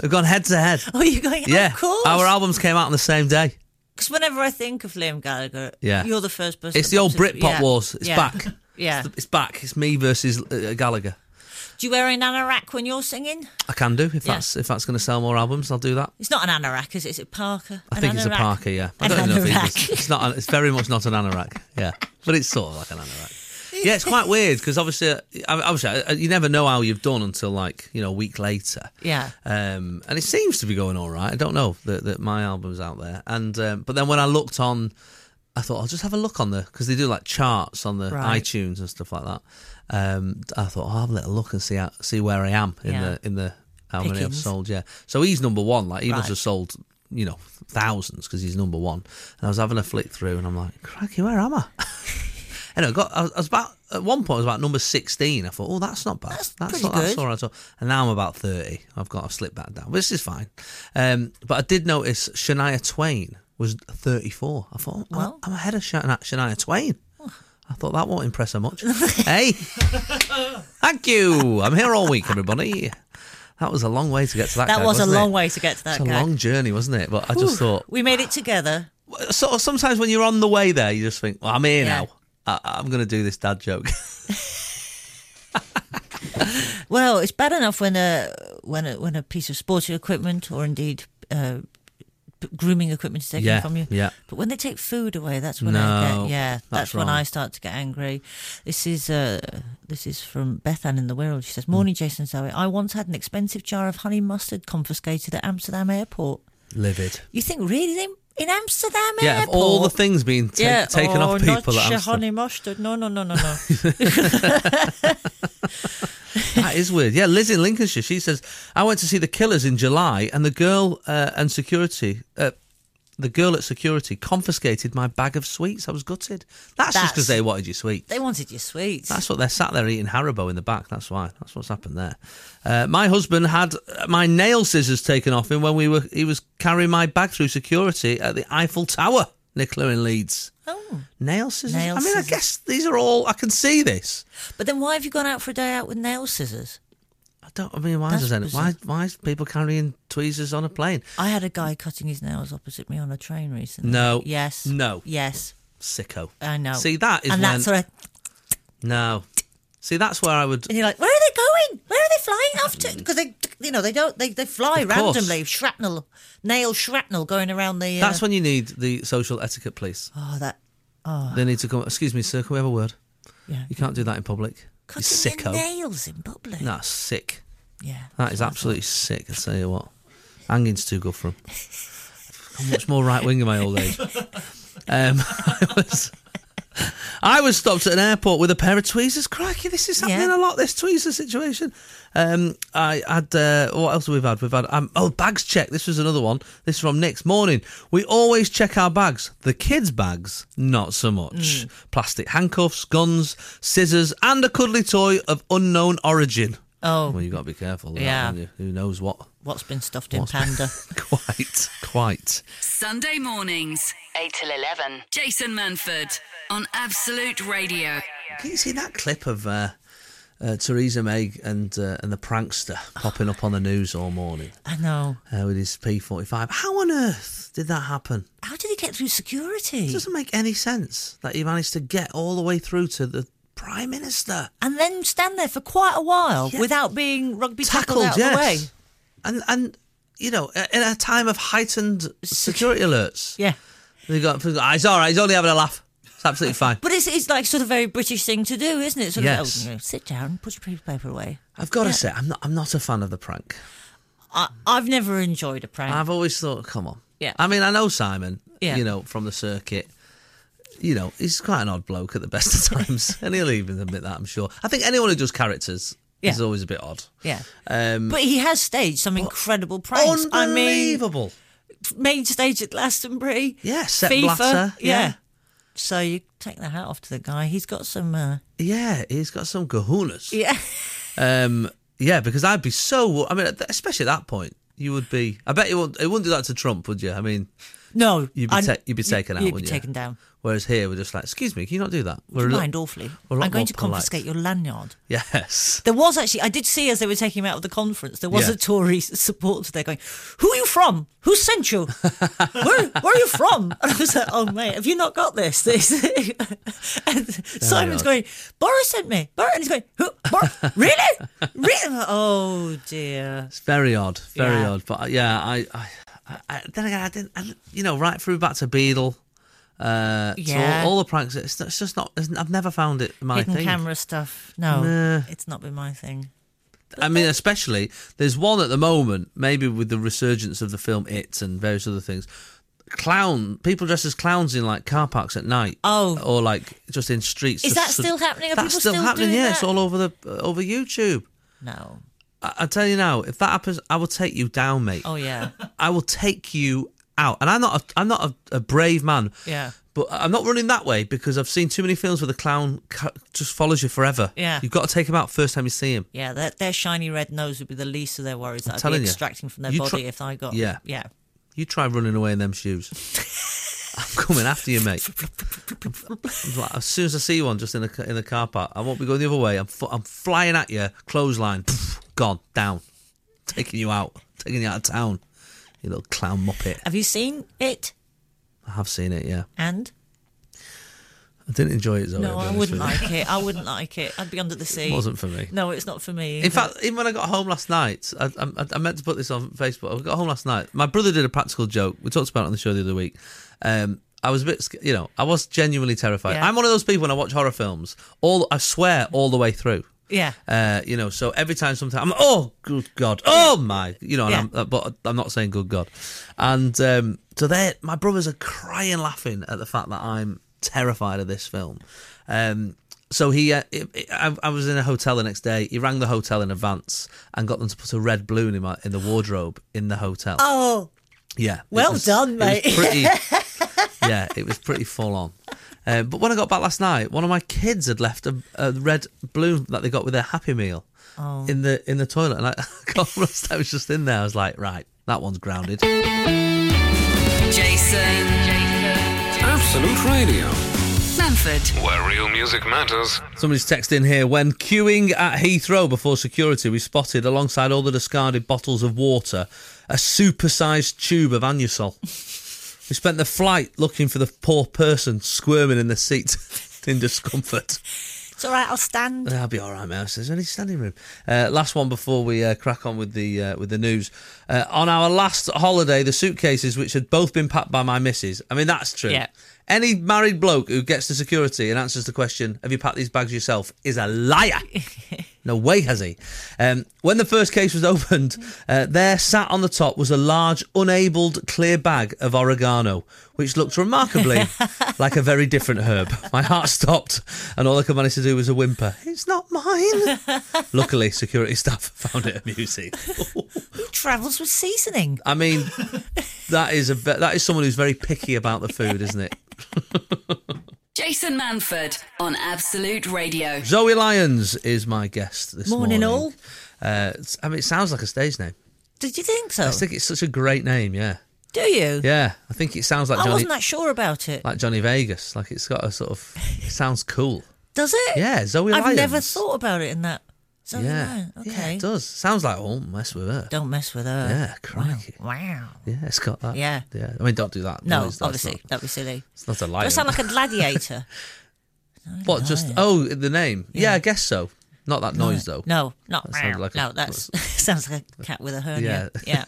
Speaker 3: They've gone head to head.
Speaker 4: Oh, you're going,
Speaker 3: Yeah,
Speaker 4: of course.
Speaker 3: our albums came out on the same day.
Speaker 4: Because whenever I think of Liam Gallagher,
Speaker 3: Yeah.
Speaker 4: you're the first person.
Speaker 3: It's
Speaker 4: that
Speaker 3: the old
Speaker 4: pops in-
Speaker 3: Britpop
Speaker 4: yeah.
Speaker 3: wars. It's
Speaker 4: Yeah. [laughs]
Speaker 3: back.
Speaker 4: Yeah.
Speaker 3: It's back. It's me versus uh, Gallagher.
Speaker 4: Do you wear an anorak when you're singing?
Speaker 3: I can do if that's if that's going to sell more albums. I'll do that.
Speaker 4: It's not an anorak, is it? Is it Parker?
Speaker 3: I
Speaker 4: An
Speaker 3: think it's a
Speaker 4: anorak?
Speaker 3: Parker. Yeah, I
Speaker 4: An
Speaker 3: don't even know if it is.
Speaker 4: [laughs] anorak.
Speaker 3: It's not. an- It's very much not an anorak. Yeah, but it's sort of like an anorak. Yeah, it's quite weird because obviously, uh, obviously, uh, you never know how you've done until like you know a week later.
Speaker 4: Yeah.
Speaker 3: um, and it seems to be going all right. I don't know that, that my album's out there, and um, but then when I looked on, I thought I'll just have a look on the because they do like charts on the
Speaker 4: Right.
Speaker 3: iTunes and stuff like that. Um, I thought I'll have a little look and see how, see where I am in
Speaker 4: Yeah.
Speaker 3: the in the how many I've
Speaker 4: Pickings.
Speaker 3: sold. Yeah, so he's number one. Like he must
Speaker 4: Right.
Speaker 3: have sold you know thousands because he's number one. And I was having a flick through, and I'm like, crikey, where am I? [laughs] And I got, I was- I was about at one point I was about number sixteen. I thought, oh, that's not bad. That's,
Speaker 4: pretty
Speaker 3: not, that's
Speaker 4: good.
Speaker 3: all right. at all. And now I'm about thirty. I've got I've slipped back down. This is fine. Um, but I did notice Shania Twain was 34. I thought, well,
Speaker 4: Well.
Speaker 3: I'm ahead of Shania, Shania Twain. I thought that won't impress her
Speaker 4: [laughs]
Speaker 3: much. hey, thank you. I'm here all week, everybody. That was a long way to get to that.
Speaker 4: That
Speaker 3: guy,
Speaker 4: was a
Speaker 3: wasn't
Speaker 4: long
Speaker 3: it?
Speaker 4: way to get to that
Speaker 3: It's a
Speaker 4: guy.
Speaker 3: long journey, wasn't it? But I just thought,
Speaker 4: We made it together.
Speaker 3: sort of sometimes when you're on the way there, you just think, well, I'm here
Speaker 4: Yeah.
Speaker 3: now. I, I'm going to do this dad joke. [laughs]
Speaker 4: Well, it's bad enough when a when a, when a piece of sporting equipment or indeed uh, p- grooming equipment is taken
Speaker 3: Yeah,
Speaker 4: from you.
Speaker 3: yeah.
Speaker 4: But when they take food away, that's when I
Speaker 3: No,
Speaker 4: get yeah.
Speaker 3: that's
Speaker 4: That's, when I
Speaker 3: wrong.
Speaker 4: start to get angry. This is uh, this is from Bethan in the world. She says,
Speaker 3: Mm.
Speaker 4: "Morning, Jason and Zoe. I once had an expensive jar of honey mustard confiscated at Amsterdam airport.
Speaker 3: Livid.
Speaker 4: You think really they in Amsterdam
Speaker 3: Yeah, of
Speaker 4: airport?
Speaker 3: all the things being ta- taken
Speaker 4: oh,
Speaker 3: off people at
Speaker 4: not your
Speaker 3: Amsterdam.
Speaker 4: honey mustard. No, no, no,
Speaker 3: [laughs]
Speaker 4: no, no.
Speaker 3: That is weird. Yeah, Liz in Lincolnshire. She says, "I went to see the Killers in July, and the girl uh, and security, uh, the girl at security, confiscated my bag of sweets. I was gutted. That's, just
Speaker 4: That's-
Speaker 3: because they wanted your sweets.
Speaker 4: they wanted your sweets.
Speaker 3: That's what they're sat there eating Haribo in the back. That's why. That's what's happened there. Uh, my husband had uh, my nail scissors taken off him when we were. He was carrying my bag through security at the Eiffel Tower, Nicola in Leeds.
Speaker 4: oh.
Speaker 3: Nail scissors.
Speaker 4: Nail
Speaker 3: I mean, I
Speaker 4: scissors.
Speaker 3: guess these are all. I can see this.
Speaker 4: But then why have you gone out for a day out with nail scissors?
Speaker 3: I don't. I mean, why
Speaker 4: That's
Speaker 3: is any, why
Speaker 4: bizarre.
Speaker 3: why is people carrying tweezers on a plane?
Speaker 4: I had a guy cutting his nails opposite me on a train recently.
Speaker 3: No.
Speaker 4: Yes.
Speaker 3: No.
Speaker 4: Yes.
Speaker 3: Sicko.
Speaker 4: I know.
Speaker 3: See, that is
Speaker 4: and
Speaker 3: when
Speaker 4: that's sort of,
Speaker 3: no. See, that's where I would.
Speaker 4: and you're like, where are they going? Where are they flying off to? Because they, you know, they don't, they, they fly
Speaker 3: Mm. Of course.
Speaker 4: randomly. Shrapnel, nail shrapnel going around the. Uh,
Speaker 3: That's when you need the social etiquette police.
Speaker 4: Oh, that.
Speaker 3: They need to come. Excuse me, sir. Can we have a word?
Speaker 4: Yeah.
Speaker 3: You can't do that in public. You
Speaker 4: Cutting
Speaker 3: sicko.
Speaker 4: your nails in public.
Speaker 3: That's sick.
Speaker 4: Yeah.
Speaker 3: That is absolutely sick. I tell you what, hanging's too good for him. I'm much more right wing in my old age. Um, [laughs] I was. I was stopped at an airport with a pair of tweezers. Crikey, this is happening
Speaker 4: Yeah.
Speaker 3: a lot. This tweezer situation. Um, I had uh, what else have we had? We've had um, oh bags check. This was another one. This is from next morning. We always check our bags. The kids' bags, not so much. Plastic handcuffs, guns, scissors, and a cuddly toy of unknown origin.
Speaker 4: Oh.
Speaker 3: well, you got to be careful.
Speaker 4: Yeah.
Speaker 3: Yeah, who knows what?
Speaker 4: What's been stuffed in panda?
Speaker 3: [laughs] quite, quite.
Speaker 2: Sunday mornings,
Speaker 5: 8 till 11.
Speaker 2: Jason Manford on Absolute Radio.
Speaker 3: Can you see that clip of uh, uh, Theresa May and uh, and the [sighs] prankster popping up on the news all morning
Speaker 4: I know.
Speaker 3: uh, with his P45? How on earth did that happen?
Speaker 4: How did he get through security?
Speaker 3: It doesn't make any sense that he managed to get all the way through to the Prime Minister.
Speaker 4: And then stand there for quite a while
Speaker 3: Yeah.
Speaker 4: without being rugby tackled,
Speaker 3: Tackled,
Speaker 4: out of the way.
Speaker 3: yes. And, and, you know, in a time of heightened security alerts,
Speaker 4: Yeah.
Speaker 3: they got, "Ah, it's all right, he's only having a laugh. It's absolutely
Speaker 4: [laughs]
Speaker 3: fine.
Speaker 4: But it's, it's like sort of very British thing to do, isn't it? Sort
Speaker 3: Yes.
Speaker 4: of, oh, you know, sit down, put your piece of paper away.
Speaker 3: I've got to say, I'm not, I'm not a fan of the prank.
Speaker 4: I, I've never enjoyed a prank.
Speaker 3: I've always thought, come on.
Speaker 4: Yeah.
Speaker 3: I mean, I know Simon,
Speaker 4: Yeah.
Speaker 3: you know, from the circuit. You know, he's quite an odd bloke at the best
Speaker 4: [laughs]
Speaker 3: of times, and he'll even admit that, I'm sure. I think anyone who does characters is
Speaker 4: Yeah.
Speaker 3: always a bit odd.
Speaker 4: yeah.
Speaker 3: Um,
Speaker 4: But he has staged some incredible pranks. I mean,
Speaker 3: Unbelievable.
Speaker 4: main stage at Glastonbury.
Speaker 3: Yeah, Sepp
Speaker 4: FIFA.
Speaker 3: Blatter,
Speaker 4: Yeah.
Speaker 3: yeah.
Speaker 4: So you take the hat off to the guy. He's got some. Uh,
Speaker 3: yeah, he's got some kahunas.
Speaker 4: yeah.
Speaker 3: Um, yeah, because I'd be so. I mean, especially at that point, you would be. I bet you wouldn't, it wouldn't do that to Trump, would you? I mean,
Speaker 4: No.
Speaker 3: you'd be,
Speaker 4: I'm-
Speaker 3: ta- you'd be taken out,
Speaker 4: You'd
Speaker 3: wouldn't
Speaker 4: be
Speaker 3: you?
Speaker 4: taken down.
Speaker 3: Whereas here, we're just like, excuse me, can you not do that? We're
Speaker 4: Do
Speaker 3: a
Speaker 4: you
Speaker 3: lo-
Speaker 4: mind awfully.
Speaker 3: we're a lot
Speaker 4: I'm
Speaker 3: more
Speaker 4: going to
Speaker 3: polite.
Speaker 4: confiscate your lanyard.
Speaker 3: [laughs] Yes.
Speaker 4: There was actually, I did see as they were taking him out of the conference, there was
Speaker 3: Yeah.
Speaker 4: a Tory s- supporter there going, Who are you from? Who sent you? where, where are you from? And I was like, Oh, mate, have you not got this? [laughs] This- and Simon's
Speaker 3: odd.
Speaker 4: going, Boris sent me. Bor-" And he's going, Who? Bor- really? really? I'm like, Oh, dear.
Speaker 3: It's very odd, very
Speaker 4: Yeah.
Speaker 3: odd. But uh, yeah, I, I, I, I then again, I didn't, I, didn't- you know, right through back to Beadle. Uh, to
Speaker 4: Yeah.
Speaker 3: all, all the pranks. It's, it's just not. It's, I've never found it my
Speaker 4: Hidden
Speaker 3: thing.
Speaker 4: camera stuff. No,
Speaker 3: Nah.
Speaker 4: it's not been my thing.
Speaker 3: I mean, especially there's one at the moment. Maybe with the resurgence of the film It and various other things. Clown people dressed as clowns in like car parks at night.
Speaker 4: Oh.
Speaker 3: or like just in streets.
Speaker 4: Is
Speaker 3: just
Speaker 4: that
Speaker 3: sort-
Speaker 4: still happening? Are
Speaker 3: that's
Speaker 4: people
Speaker 3: still
Speaker 4: still
Speaker 3: happening.
Speaker 4: doing
Speaker 3: yeah, it's
Speaker 4: that?
Speaker 3: all over the uh, over YouTube.
Speaker 4: No.
Speaker 3: I, I tell you now, if that happens, I will take you down, mate.
Speaker 4: Oh, yeah.
Speaker 3: I will take you out. And I'm not a, I'm not a, a brave man.
Speaker 4: Yeah.
Speaker 3: But I'm not running that way because I've seen too many films where the clown ca- just follows you forever.
Speaker 4: Yeah.
Speaker 3: You've got to take him out first time you see him.
Speaker 4: Yeah, their, their shiny red nose would be the least of their worries that I'd
Speaker 3: telling
Speaker 4: be
Speaker 3: you.
Speaker 4: extracting from their
Speaker 3: You
Speaker 4: body
Speaker 3: try-
Speaker 4: if I got.
Speaker 3: Yeah.
Speaker 4: Yeah.
Speaker 3: You try running away in them
Speaker 4: [laughs]
Speaker 3: shoes. I'm coming after you, mate. I'm like, as soon as I see one just in the in the car park, I won't be going the other way. I'm fu- I'm flying at you, clothesline, gone down, taking you out, taking you out of town. You little clown muppet.
Speaker 4: Have you seen it?
Speaker 3: I have seen it. Yeah,
Speaker 4: And
Speaker 3: I didn't enjoy it. Zoe,
Speaker 4: no,
Speaker 3: I'll be
Speaker 4: I
Speaker 3: honest
Speaker 4: wouldn't
Speaker 3: with you.
Speaker 4: like it. I wouldn't like it. I'd be under the sea.
Speaker 3: It wasn't for me.
Speaker 4: No, it's not for me.
Speaker 3: In fact, even when I got home last night, I, I, I meant to put this on Facebook. I got home last night. My brother did a practical joke. We talked about it on the show the other week. Um, I was a bit, sc- you know, I was genuinely terrified.
Speaker 4: Yeah.
Speaker 3: I'm one of those people when I watch horror films, all I swear all the way through.
Speaker 4: yeah.
Speaker 3: Uh, you know, so every time, sometimes I'm oh good God, oh my, you know, and
Speaker 4: Yeah.
Speaker 3: I'm, uh, but I'm not saying good God, and um, so there, my brothers are crying laughing at the fact that I'm terrified of this film. Um, so he, uh, it, it- I, I was in a hotel the next day. He rang the hotel in advance and got them to put a red balloon in my in the wardrobe in the hotel.
Speaker 4: Oh,
Speaker 3: Yeah. it
Speaker 4: Well done,
Speaker 3: it was
Speaker 4: mate. [laughs]
Speaker 3: pretty, yeah, it was pretty full on. Uh, but when I got back last night, one of my kids had left a, a red balloon that they got with their Happy Meal
Speaker 4: Oh.
Speaker 3: in the in the toilet, and I, [laughs] got last night, I was just in there. I was like, right, that one's grounded.
Speaker 2: Jason.
Speaker 1: Absolute Radio,
Speaker 2: Manford.
Speaker 1: where real music matters.
Speaker 3: Somebody's texted in here when queuing at Heathrow before security, we spotted alongside all the discarded bottles of water a supersized tube of anusol. we spent the flight looking for the poor person squirming in the seat [laughs] in discomfort.
Speaker 4: it's all right. I'll stand.
Speaker 3: Uh, I'll be all right, mate. I said, There's only standing room. Uh, last one before we uh, crack on with the uh, with the news. Uh, on our last holiday, the suitcases which had both been packed by my missus. I mean, that's true.
Speaker 4: Yeah.
Speaker 3: Any married bloke who gets to security and answers the question, "Have you packed these bags yourself?" is a liar. no way has he. Um, when the first case was [laughs] opened,
Speaker 4: Mm.
Speaker 3: uh, there sat on the top was a large, unabled clear bag of oregano, which looked
Speaker 4: [laughs]
Speaker 3: remarkably like a very different herb. My heart stopped, and all I could manage to do was a whimper. It's not
Speaker 4: [laughs]
Speaker 3: mine. Luckily, security staff [laughs] found it amusing.
Speaker 4: Travels with seasoning.
Speaker 3: I mean, that is a ve- that is someone who's very picky about the food, isn't
Speaker 4: [laughs]
Speaker 3: it?
Speaker 2: Jason Manford on Absolute Radio.
Speaker 3: Zoe Lyons is my guest this morning.
Speaker 4: Morning, all.
Speaker 3: Uh, it's- I mean, it sounds like a stage name.
Speaker 4: Did you think so?
Speaker 3: I think it's such a great name. Yeah,
Speaker 4: Do you?
Speaker 3: yeah. I think it sounds like
Speaker 4: I
Speaker 3: Johnny,
Speaker 4: wasn't that sure about it.
Speaker 3: like Johnny Vegas. Like it's got a sort of. It sounds cool.
Speaker 4: Does it?
Speaker 3: Yeah, Zoe
Speaker 4: I've
Speaker 3: Lyons.
Speaker 4: never thought about it in that. So
Speaker 3: Yeah,
Speaker 4: no,
Speaker 3: yeah.
Speaker 4: Okay.
Speaker 3: It does. Sounds like oh, mess with her.
Speaker 4: Don't mess with her.
Speaker 3: Yeah, crikey.
Speaker 4: Wow.
Speaker 3: Yeah, it's got that.
Speaker 4: Yeah.
Speaker 3: yeah. I mean, don't do that.
Speaker 4: No,
Speaker 3: it's- that's
Speaker 4: obviously
Speaker 3: not-
Speaker 4: that'd be silly.
Speaker 3: it's not a
Speaker 4: Do I
Speaker 3: lion.
Speaker 4: sound
Speaker 3: [laughs]
Speaker 4: like a gladiator?
Speaker 3: what? Just oh, the name. Yeah. I guess so. Not that noise though.
Speaker 4: No, not
Speaker 3: That sounds like a-
Speaker 4: no.
Speaker 3: [laughs]
Speaker 4: that's [laughs] sounds like a cat with a hernia. Yeah.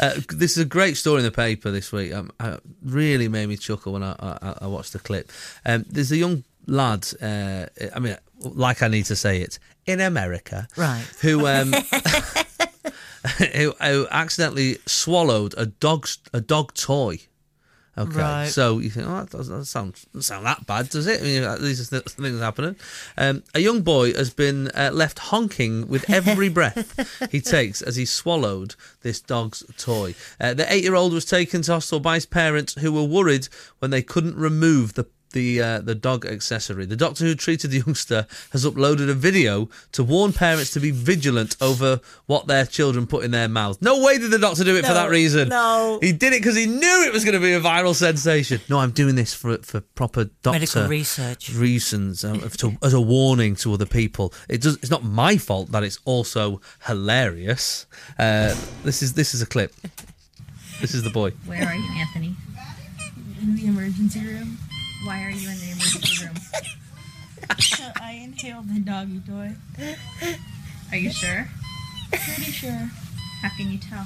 Speaker 3: Uh, this is a great story in the paper this week. Um, uh, really made me chuckle when I, I, I watched the clip. Um, there's a young lad. Uh, I mean, like I need to say it in America,
Speaker 4: Right.
Speaker 3: Who um, [laughs] who, who accidentally swallowed a dog's a dog toy. Okay,
Speaker 4: Right.
Speaker 3: so you think, oh, that doesn't that sound doesn't sound that bad, does it? I mean, these are th- things happening. Um, a young boy has been uh, left honking with
Speaker 4: [laughs]
Speaker 3: every breath he takes as he swallowed this dog's toy. Uh, the eight-year-old was taken to hospital by his parents, who were worried when they couldn't remove the the uh, the dog accessory. The doctor who treated the youngster has uploaded a video to warn parents to be vigilant over what their children put in their mouths. No way did the doctor do it for
Speaker 4: No,
Speaker 3: that reason.
Speaker 4: no.
Speaker 3: He did it because he knew it was going to be a viral sensation. No, I'm doing this for for proper doctor
Speaker 4: Medical research.
Speaker 3: reasons
Speaker 4: [laughs]
Speaker 3: um, of- to, as a warning to other people. It does. It's not my fault that it's also hilarious. Uh, this is this is a clip. This is the boy.
Speaker 5: Where are you, Anthony? In the emergency room. Why are you in the emergency room? so I inhaled the doggy toy. Are you sure? Pretty sure. How can you tell?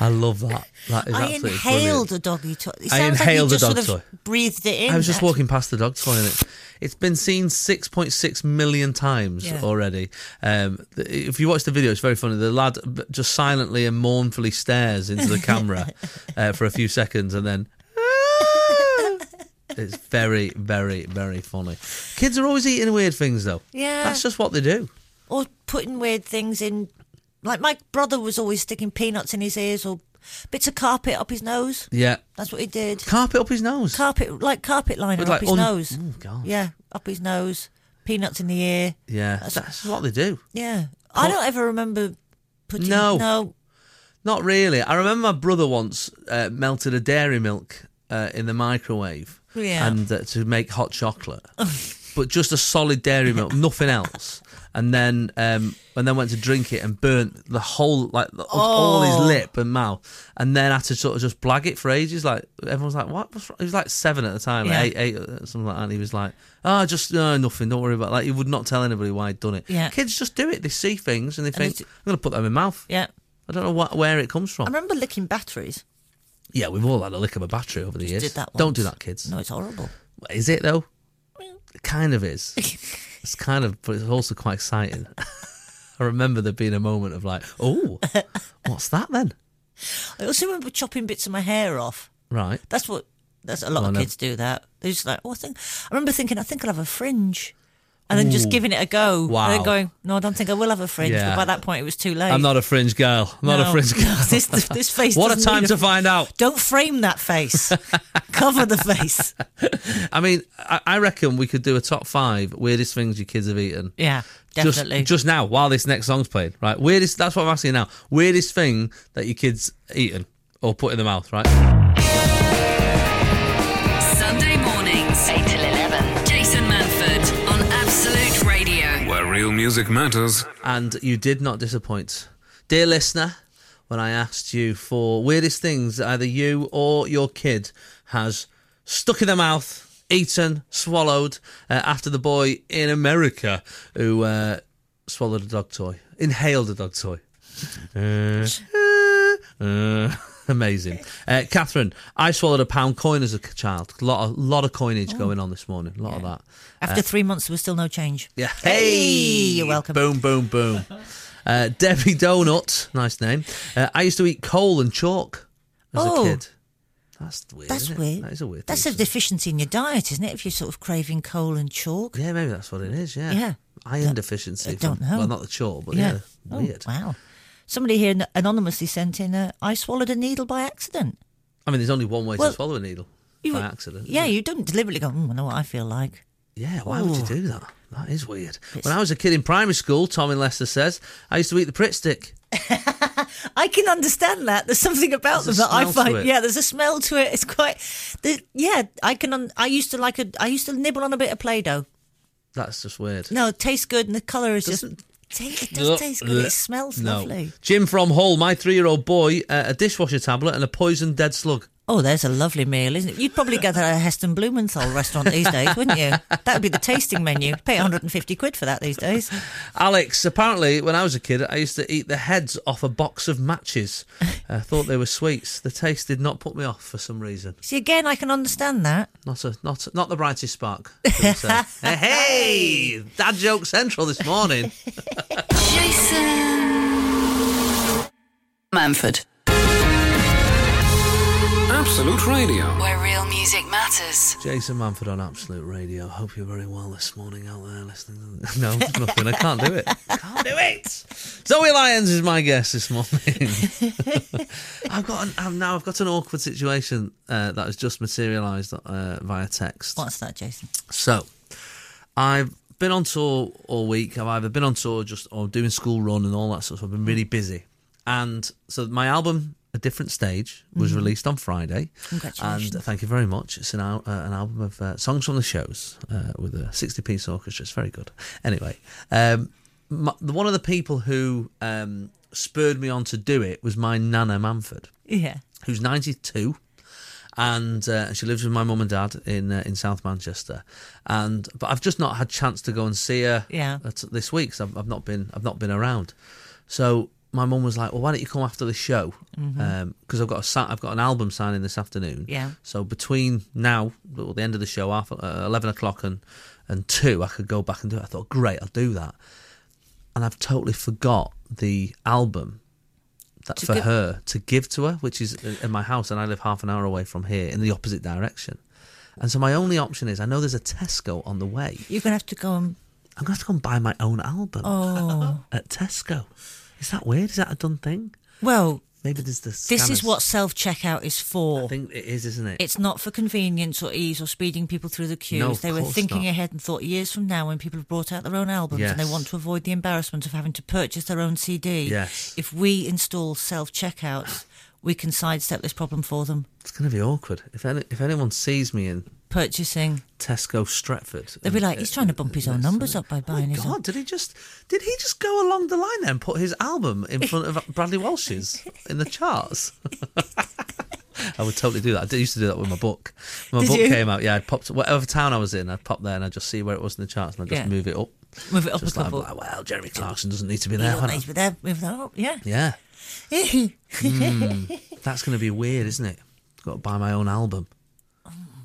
Speaker 3: I love that. That is
Speaker 4: I
Speaker 3: absolutely
Speaker 4: inhaled
Speaker 3: brilliant.
Speaker 4: a doggy toy. It
Speaker 3: I
Speaker 4: sounds
Speaker 3: inhaled a
Speaker 4: like you just
Speaker 3: dog
Speaker 4: sort of breathed it in.
Speaker 3: I was just
Speaker 4: That's-
Speaker 3: walking past the dog toy and it, it's been seen 6.6 million times
Speaker 4: Yeah.
Speaker 3: already. Um, th- if you watch the video, it's very funny. The lad b- just silently and mournfully stares into the
Speaker 4: [laughs]
Speaker 3: camera uh, for a few seconds and then. "Ah!" It's very, very, very funny. Kids are always eating weird things, though.
Speaker 4: Yeah.
Speaker 3: That's just what they do.
Speaker 4: or putting weird things in. Like my brother was always sticking peanuts in his ears or bits of carpet up his nose.
Speaker 3: Yeah.
Speaker 4: That's what he did.
Speaker 3: Carpet up his nose.
Speaker 4: Carpet, like carpet liner
Speaker 3: With,
Speaker 4: up
Speaker 3: like,
Speaker 4: his
Speaker 3: un-
Speaker 4: nose.
Speaker 3: Oh, God.
Speaker 4: Yeah, up his nose. peanuts in the ear.
Speaker 3: Yeah, that's, what they do.
Speaker 4: Yeah. I don't ever remember putting.
Speaker 3: No.
Speaker 4: No.
Speaker 3: Not really. I remember my brother once uh, melted a dairy milk uh, in the microwave,
Speaker 4: Yeah.
Speaker 3: and uh, to make hot
Speaker 4: [laughs]
Speaker 3: chocolate, but just a solid dairy milk, nothing else. And then, um, and then went to drink it and burnt the whole, like the, all his
Speaker 4: Oh.
Speaker 3: lip and mouth. And then had to sort of just blag it for ages. Like everyone's like, "What?" What's wrong? He was like seven at the time,
Speaker 4: Yeah.
Speaker 3: eight, eight, uh, something like that. And he was like, "Ah, just no, nothing. Don't worry about." It. Like he would not tell anybody why he'd done it.
Speaker 4: Yeah.
Speaker 3: Kids just do it. They see things and they think, "I'm
Speaker 4: it's-
Speaker 3: going to put them in my mouth."
Speaker 4: Yeah.
Speaker 3: I don't know what, where it comes from.
Speaker 4: I remember licking batteries.
Speaker 3: Yeah, we've all had a lick of a battery over the years.
Speaker 4: Did that. Once.
Speaker 3: Don't do that, kids.
Speaker 4: No, it's horrible.
Speaker 3: Is it though? It kind of
Speaker 4: [laughs]
Speaker 3: is. it's kind of, but it's also quite exciting. I remember there being a moment of like, oh, what's that then?
Speaker 4: I also remember chopping bits of my hair off.
Speaker 3: Right.
Speaker 4: That's what. That's a lot
Speaker 3: Oh,
Speaker 4: of
Speaker 3: no.
Speaker 4: kids do that. They're just like, oh, I think. I remember thinking, I think I'll have a fringe. And then just giving it a go. And
Speaker 3: Wow.
Speaker 4: then going, no, I don't think I will have a fringe.
Speaker 3: Yeah.
Speaker 4: But by that point, it was too late.
Speaker 3: I'm not a fringe girl. I'm not a
Speaker 4: No.
Speaker 3: fringe girl.
Speaker 4: [laughs] this, this face.
Speaker 3: what a
Speaker 4: doesn't
Speaker 3: time
Speaker 4: need
Speaker 3: to find out.
Speaker 4: Don't frame
Speaker 3: [laughs]
Speaker 4: that face. Cover the face.
Speaker 3: I mean, I, I reckon we could do a top five weirdest things your kids have eaten.
Speaker 4: Yeah,
Speaker 3: Just-
Speaker 4: definitely.
Speaker 3: Just, now, while this next song's playing, right? Weirdest. That's what I'm asking you now. Weirdest thing that your kids eaten or put in the mouth, right?
Speaker 2: Sunday mornings, 8 till 11. Jason Manford on Absolute Radio.
Speaker 1: Where real music matters.
Speaker 3: and you did not disappoint. Dear listener, when I asked you for weirdest things that either you or your kid has stuck in their mouth, eaten, swallowed, uh, after the boy in America who uh, swallowed a dog toy, inhaled a dog toy. Uh, uh, [laughs] amazing. Uh, Catherine, I swallowed a pound coin as a c- child. A lot of, lot of coinage going on this morning, a lot of that.
Speaker 4: After three months, there was still no change.
Speaker 3: Yeah.
Speaker 4: Hey, you're welcome.
Speaker 3: Boom, boom,
Speaker 4: [laughs]
Speaker 3: boom. Uh, Debbie Donut, nice name. Uh, I used to eat coal and chalk as
Speaker 4: Oh.
Speaker 3: a kid. That's weird.
Speaker 4: That's
Speaker 3: isn't it?
Speaker 4: weird.
Speaker 3: That is a weird.
Speaker 4: That's
Speaker 3: thing
Speaker 4: a
Speaker 3: to-
Speaker 4: deficiency in your diet, isn't it? If you're sort of craving coal and chalk.
Speaker 3: Yeah, maybe that's what it is. Yeah.
Speaker 4: Yeah.
Speaker 3: Iron
Speaker 4: That-
Speaker 3: deficiency.
Speaker 4: I don't
Speaker 3: from-
Speaker 4: know.
Speaker 3: Well, not the chalk, but yeah.
Speaker 4: Yeah. Oh,
Speaker 3: Weird.
Speaker 4: wow. Somebody here n- anonymously sent in, uh, I swallowed a needle by accident.
Speaker 3: I mean, there's only one way
Speaker 4: Well,
Speaker 3: to swallow a needle
Speaker 4: You-
Speaker 3: by accident.
Speaker 4: Yeah,
Speaker 3: isn't it?
Speaker 4: you don't deliberately go, mm, I know what I feel like.
Speaker 3: Yeah. Why would you
Speaker 4: Ooh.
Speaker 3: do that? That is weird. When I was a kid in primary school, Tom in Leicester says I used to eat the Pritt stick.
Speaker 4: I can understand that. There's something about
Speaker 3: There's a
Speaker 4: them that I
Speaker 3: smell to
Speaker 4: find.
Speaker 3: it.
Speaker 4: Yeah, there's a smell to it. It's quite. The, yeah, I can. Un, I used to like a. I used to nibble on a bit of Play-Doh.
Speaker 3: That's just weird.
Speaker 4: No, it tastes good, and the colour is
Speaker 3: Doesn't-
Speaker 4: just. ta- It does taste good. It smells
Speaker 3: No.
Speaker 4: lovely.
Speaker 3: Jim from Hull, my three-year-old boy, uh, a dishwasher tablet and a poisoned dead slug.
Speaker 4: Oh, there's a lovely meal, isn't it? You'd probably get that at a Heston Blumenthal restaurant these days, wouldn't you? That would be the tasting menu. Pay 150 quid for that these days.
Speaker 3: Alex, apparently, when I was a kid, I used to eat the heads off a box of matches. I thought they were sweets. The taste did not put me off for some reason.
Speaker 4: See, again, I can understand that.
Speaker 3: Not a, not not the brightest spark. shall we
Speaker 4: [laughs]
Speaker 3: say. hey, hey, dad joke central this morning.
Speaker 2: Jason Manford.
Speaker 1: Absolute Radio.
Speaker 2: Where real music matters.
Speaker 3: Jason Manford on Absolute Radio. Hope you're very well this morning out there listening. [laughs] No, nothing. I can't do it. Can't do it. Zoe Lyons is my guest this morning. I've got an, I've now I've got an awkward situation uh, that has just materialised uh, via text.
Speaker 4: What's that, Jason?
Speaker 3: So, I've been on tour all week. I've either been on tour just or doing school run and all that stuff. I've been really busy, and so my album, A Different Stage, was released on Friday.
Speaker 4: Congratulations.
Speaker 3: And thank you very much. It's an, al- uh, an album of uh, songs from the shows uh, with a 60 piece orchestra. It's very good. Anyway, um, my, the- one of the people who um, spurred me on to do it was my Nana Manford
Speaker 4: Yeah.
Speaker 3: who's 92 and uh, she lives with my mum and dad in uh, in South Manchester and but I've just not had chance to go and see her
Speaker 4: Yeah.
Speaker 3: at- this week so I've, I've not been I've not been around so my mum was like well why don't you come after the show because I've got a si- I've got an album signing this afternoon
Speaker 4: Mm-hmm. Yeah.
Speaker 3: so between now well, the end of the show half, uh, 11 o'clock and and 2 I could go back and do it I thought great I'll do that and I've totally forgot the album that for
Speaker 4: give-
Speaker 3: her to give to her, which is i- in my house, and I live half an hour away from here in the opposite direction. And so my only option is I know there's a Tesco on the way.
Speaker 4: You're going to have to go and.
Speaker 3: I'm gonna have to go and buy my own album
Speaker 4: Oh.
Speaker 3: at Tesco. Is that weird? Is that a done thing?
Speaker 4: Well,
Speaker 3: Maybe there's the.
Speaker 4: This is
Speaker 3: scanners.
Speaker 4: what self checkout is for.
Speaker 3: I think it is, isn't it?
Speaker 4: It's not for convenience or ease or speeding people through the queues.
Speaker 3: No, of
Speaker 4: they were
Speaker 3: course
Speaker 4: thinking
Speaker 3: not.
Speaker 4: ahead and thought years from now when people have brought out their own albums and
Speaker 3: Yes.
Speaker 4: they want to avoid the embarrassment of having to purchase their own CD.
Speaker 3: Yes.
Speaker 4: If we install self checkouts, we can sidestep this problem for them.
Speaker 3: It's going to be awkward if any, if anyone sees me in
Speaker 4: Purchasing.
Speaker 3: Tesco Stratford.
Speaker 4: They'll be like, he's trying to bump his own numbers up by
Speaker 3: Oh
Speaker 4: buying
Speaker 3: my
Speaker 4: his own.
Speaker 3: God! Did he just did he just go along the line there and put his album in front
Speaker 4: [laughs]
Speaker 3: of Bradley Walsh's in the charts? [laughs] I would totally do that. I did- used to do that with my book. When my
Speaker 4: Did
Speaker 3: book
Speaker 4: you?
Speaker 3: came out, yeah, I popped whatever town I was in, I'd pop there and I'd just see where it was in the charts and I'd just
Speaker 4: Yeah.
Speaker 3: move it up.
Speaker 4: Move it up
Speaker 3: Just
Speaker 4: a
Speaker 3: like,
Speaker 4: couple.
Speaker 3: like, well, Jeremy Clarkson doesn't need to be
Speaker 4: He
Speaker 3: there.
Speaker 4: don't
Speaker 3: why
Speaker 4: need
Speaker 3: not?
Speaker 4: to be there. Move that up. Yeah.
Speaker 3: Yeah, that's going to be weird, isn't it? Got to buy my own album.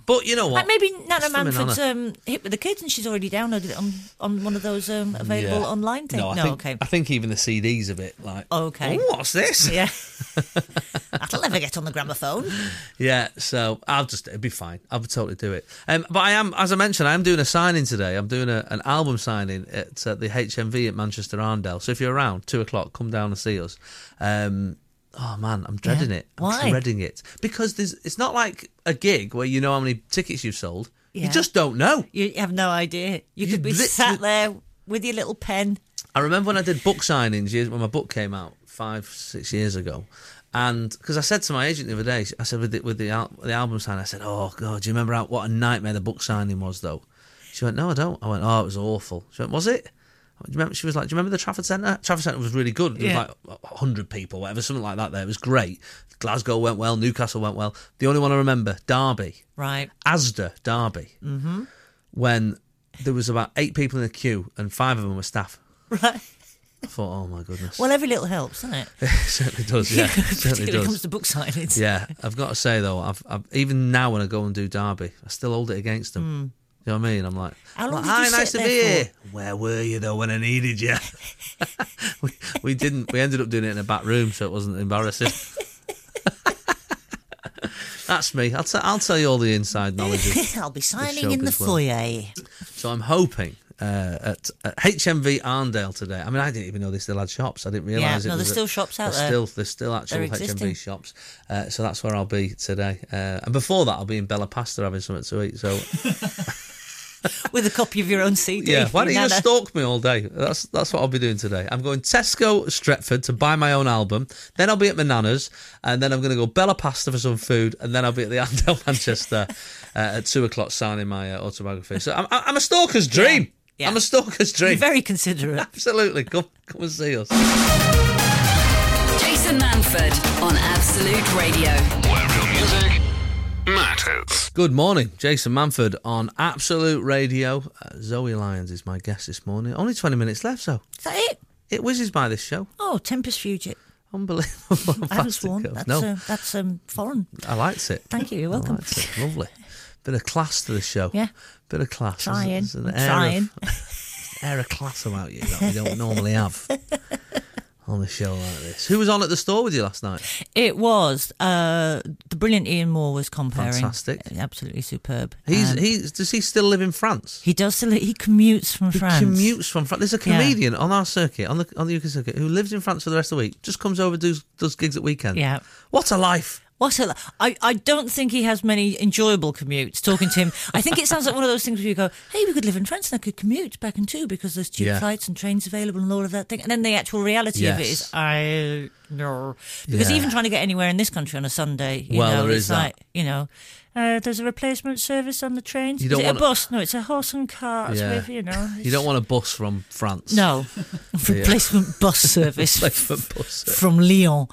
Speaker 3: But you know what?
Speaker 4: [laughs] Oh. Like maybe Nana
Speaker 3: Just for me,
Speaker 4: Manford's
Speaker 3: Nana.
Speaker 4: um, hit with the kids and she's already downloaded it on, on one of those um, available
Speaker 3: Yeah.
Speaker 4: online things.
Speaker 3: No, I think,
Speaker 4: okay.
Speaker 3: I think even the CDs of it, like,
Speaker 4: Okay.
Speaker 3: "Oh, what's [laughs] this? Yeah.
Speaker 4: Yeah. That'll never get on the gramophone.
Speaker 3: so I'll just it'd be fine. I'll totally do it. Um, but I am, as I mentioned, I am doing a signing today. I'm doing a, an album signing at uh, the HMV at Manchester Arndale. So if you're around two o'clock, come down and see us. Um, oh man, I'm dreading
Speaker 4: Yeah.
Speaker 3: it. I'm
Speaker 4: Why?
Speaker 3: dreading it because there's it's not like a gig where you know how many tickets you've sold. You
Speaker 4: Yeah.
Speaker 3: just don't know.
Speaker 4: You have no idea. You,
Speaker 3: You
Speaker 4: could be
Speaker 3: literally-
Speaker 4: sat there with your little pen.
Speaker 3: I remember when I did book signings years when my book came out five six years ago, and because I said to my agent the other day, I said with the, with the al- the album sign, I said, "Oh God, do you remember how, what a nightmare the book signing was?" Though she went, "No, I don't." I went, "Oh, it was awful." She went, "Was it?" I went, Do you remember? She was like, "Do you remember the Trafford Centre? Trafford Centre was really good. There
Speaker 4: Yeah.
Speaker 3: was like hundred people, whatever, something like that. There, it was great. Glasgow went well, Newcastle went well. The only one I remember, Derby.
Speaker 4: Right.
Speaker 3: Asda Derby mm-hmm. when there was about eight people in the queue and five of them were staff.
Speaker 4: Right.
Speaker 3: I thought, oh my goodness,
Speaker 4: Well, every little helps, doesn't it?
Speaker 3: it [laughs] certainly does.
Speaker 4: [laughs]
Speaker 3: Yeah, it certainly
Speaker 4: Particularly when it comes
Speaker 3: does.
Speaker 4: to book signings.
Speaker 3: Yeah, I've got to say though, I've, I've even now when I go and do Derby, I still hold it against them. You know what I mean? I'm like,
Speaker 4: Hmm. How
Speaker 3: like,
Speaker 4: long did you
Speaker 3: "Hi,
Speaker 4: sit
Speaker 3: nice to
Speaker 4: there
Speaker 3: be
Speaker 4: for?"
Speaker 3: here. Where were you though when I needed you? [laughs] we, we didn't. We ended up doing it in a back room, so it wasn't embarrassing. [laughs] That's me. I'll, t- I'll tell you all the inside knowledge of
Speaker 4: [laughs] I'll be signing in the
Speaker 3: showbiz world.
Speaker 4: foyer.
Speaker 3: So I'm hoping uh, at, at HMV Arndale today. I mean, I didn't even know they still had shops. I didn't realise.
Speaker 4: Yeah,
Speaker 3: it
Speaker 4: no,
Speaker 3: was
Speaker 4: there's
Speaker 3: a-
Speaker 4: still shops out
Speaker 3: there's
Speaker 4: there.
Speaker 3: Still, there's still actual
Speaker 4: They're
Speaker 3: HMV
Speaker 4: existing.
Speaker 3: shops. Uh, so that's where I'll be today. Uh, and before that, I'll be in Bella Pasta having something to eat.
Speaker 4: [laughs]
Speaker 3: So
Speaker 4: With a copy of your own CD.
Speaker 3: yeah, why don't you
Speaker 4: Nana.
Speaker 3: just stalk me all day? That's that's what I'll be doing today. I'm going Tesco Stretford to buy my own album. Then I'll be at my nana's, and then I'm going to go Bella Pasta for some food, and then I'll be at the [laughs] Arndale Manchester uh, at two o'clock signing my uh, autobiography. So I'm, I'm a stalker's dream.
Speaker 4: yeah.
Speaker 3: I'm a stalker's dream.
Speaker 4: You're very considerate.
Speaker 3: Absolutely. Come, come and see us.
Speaker 2: Jason Manford on Absolute Radio.
Speaker 1: Where real music matters.
Speaker 3: Good morning. Jason Manford on Absolute Radio. Uh, Zoe Lyons is my guest this morning. Only 20 minutes left, so
Speaker 4: Is that it?
Speaker 3: it whizzes by this show.
Speaker 4: Oh, Tempest Fugit.
Speaker 3: Unbelievable. how
Speaker 4: [laughs] I haven't
Speaker 3: fast it
Speaker 4: sworn.
Speaker 3: goes.
Speaker 4: That's,
Speaker 3: no,
Speaker 4: uh, that's um, foreign.
Speaker 3: I liked it.
Speaker 4: Thank you. You're
Speaker 3: I
Speaker 4: welcome.
Speaker 3: liked it. Lovely. Bit of class to the show.
Speaker 4: Yeah.
Speaker 3: Bit of class. There's-
Speaker 4: Trying.
Speaker 3: there's an
Speaker 4: I'm
Speaker 3: air
Speaker 4: trying.
Speaker 3: Of, air of class about you that we
Speaker 4: [laughs]
Speaker 3: don't normally have on the show like this. Who was on at the store with you last night?
Speaker 4: It was. Uh, the brilliant Ian Moore was comparing.
Speaker 3: Fantastic.
Speaker 4: Absolutely superb.
Speaker 3: He's
Speaker 4: Um,
Speaker 3: he's does he still live in France?
Speaker 4: he does. still- He commutes from France.
Speaker 3: commutes from France. There's a
Speaker 4: Yeah.
Speaker 3: comedian on our circuit, on the on the UK circuit, who lives in France for the rest of the week. Just comes over, does does gigs at weekend.
Speaker 4: Yeah.
Speaker 3: what a life!
Speaker 4: What a, I, I don't think he has many enjoyable commutes talking
Speaker 3: [laughs]
Speaker 4: to him. I think it sounds like one of those things where you go, hey, we could live in France and I could commute back and two because there's cheap
Speaker 3: Yeah.
Speaker 4: flights and trains available and all of that thing. And then the actual reality of it
Speaker 3: Yes.
Speaker 4: is, I no. Because
Speaker 3: Yeah.
Speaker 4: even trying to get anywhere in this country on a Sunday, you
Speaker 3: Well,
Speaker 4: know,
Speaker 3: there
Speaker 4: it's
Speaker 3: is that.
Speaker 4: like, you know, uh, there's a replacement service on the trains.
Speaker 3: You
Speaker 4: You
Speaker 3: don't
Speaker 4: is it
Speaker 3: wanna-
Speaker 4: a bus? No, it's a horse and cart
Speaker 3: Yeah.
Speaker 4: with, you know.
Speaker 3: You don't want a bus from France. [laughs]
Speaker 4: No, replacement bus [laughs] service
Speaker 3: Replacement bus service.
Speaker 4: from Lyon.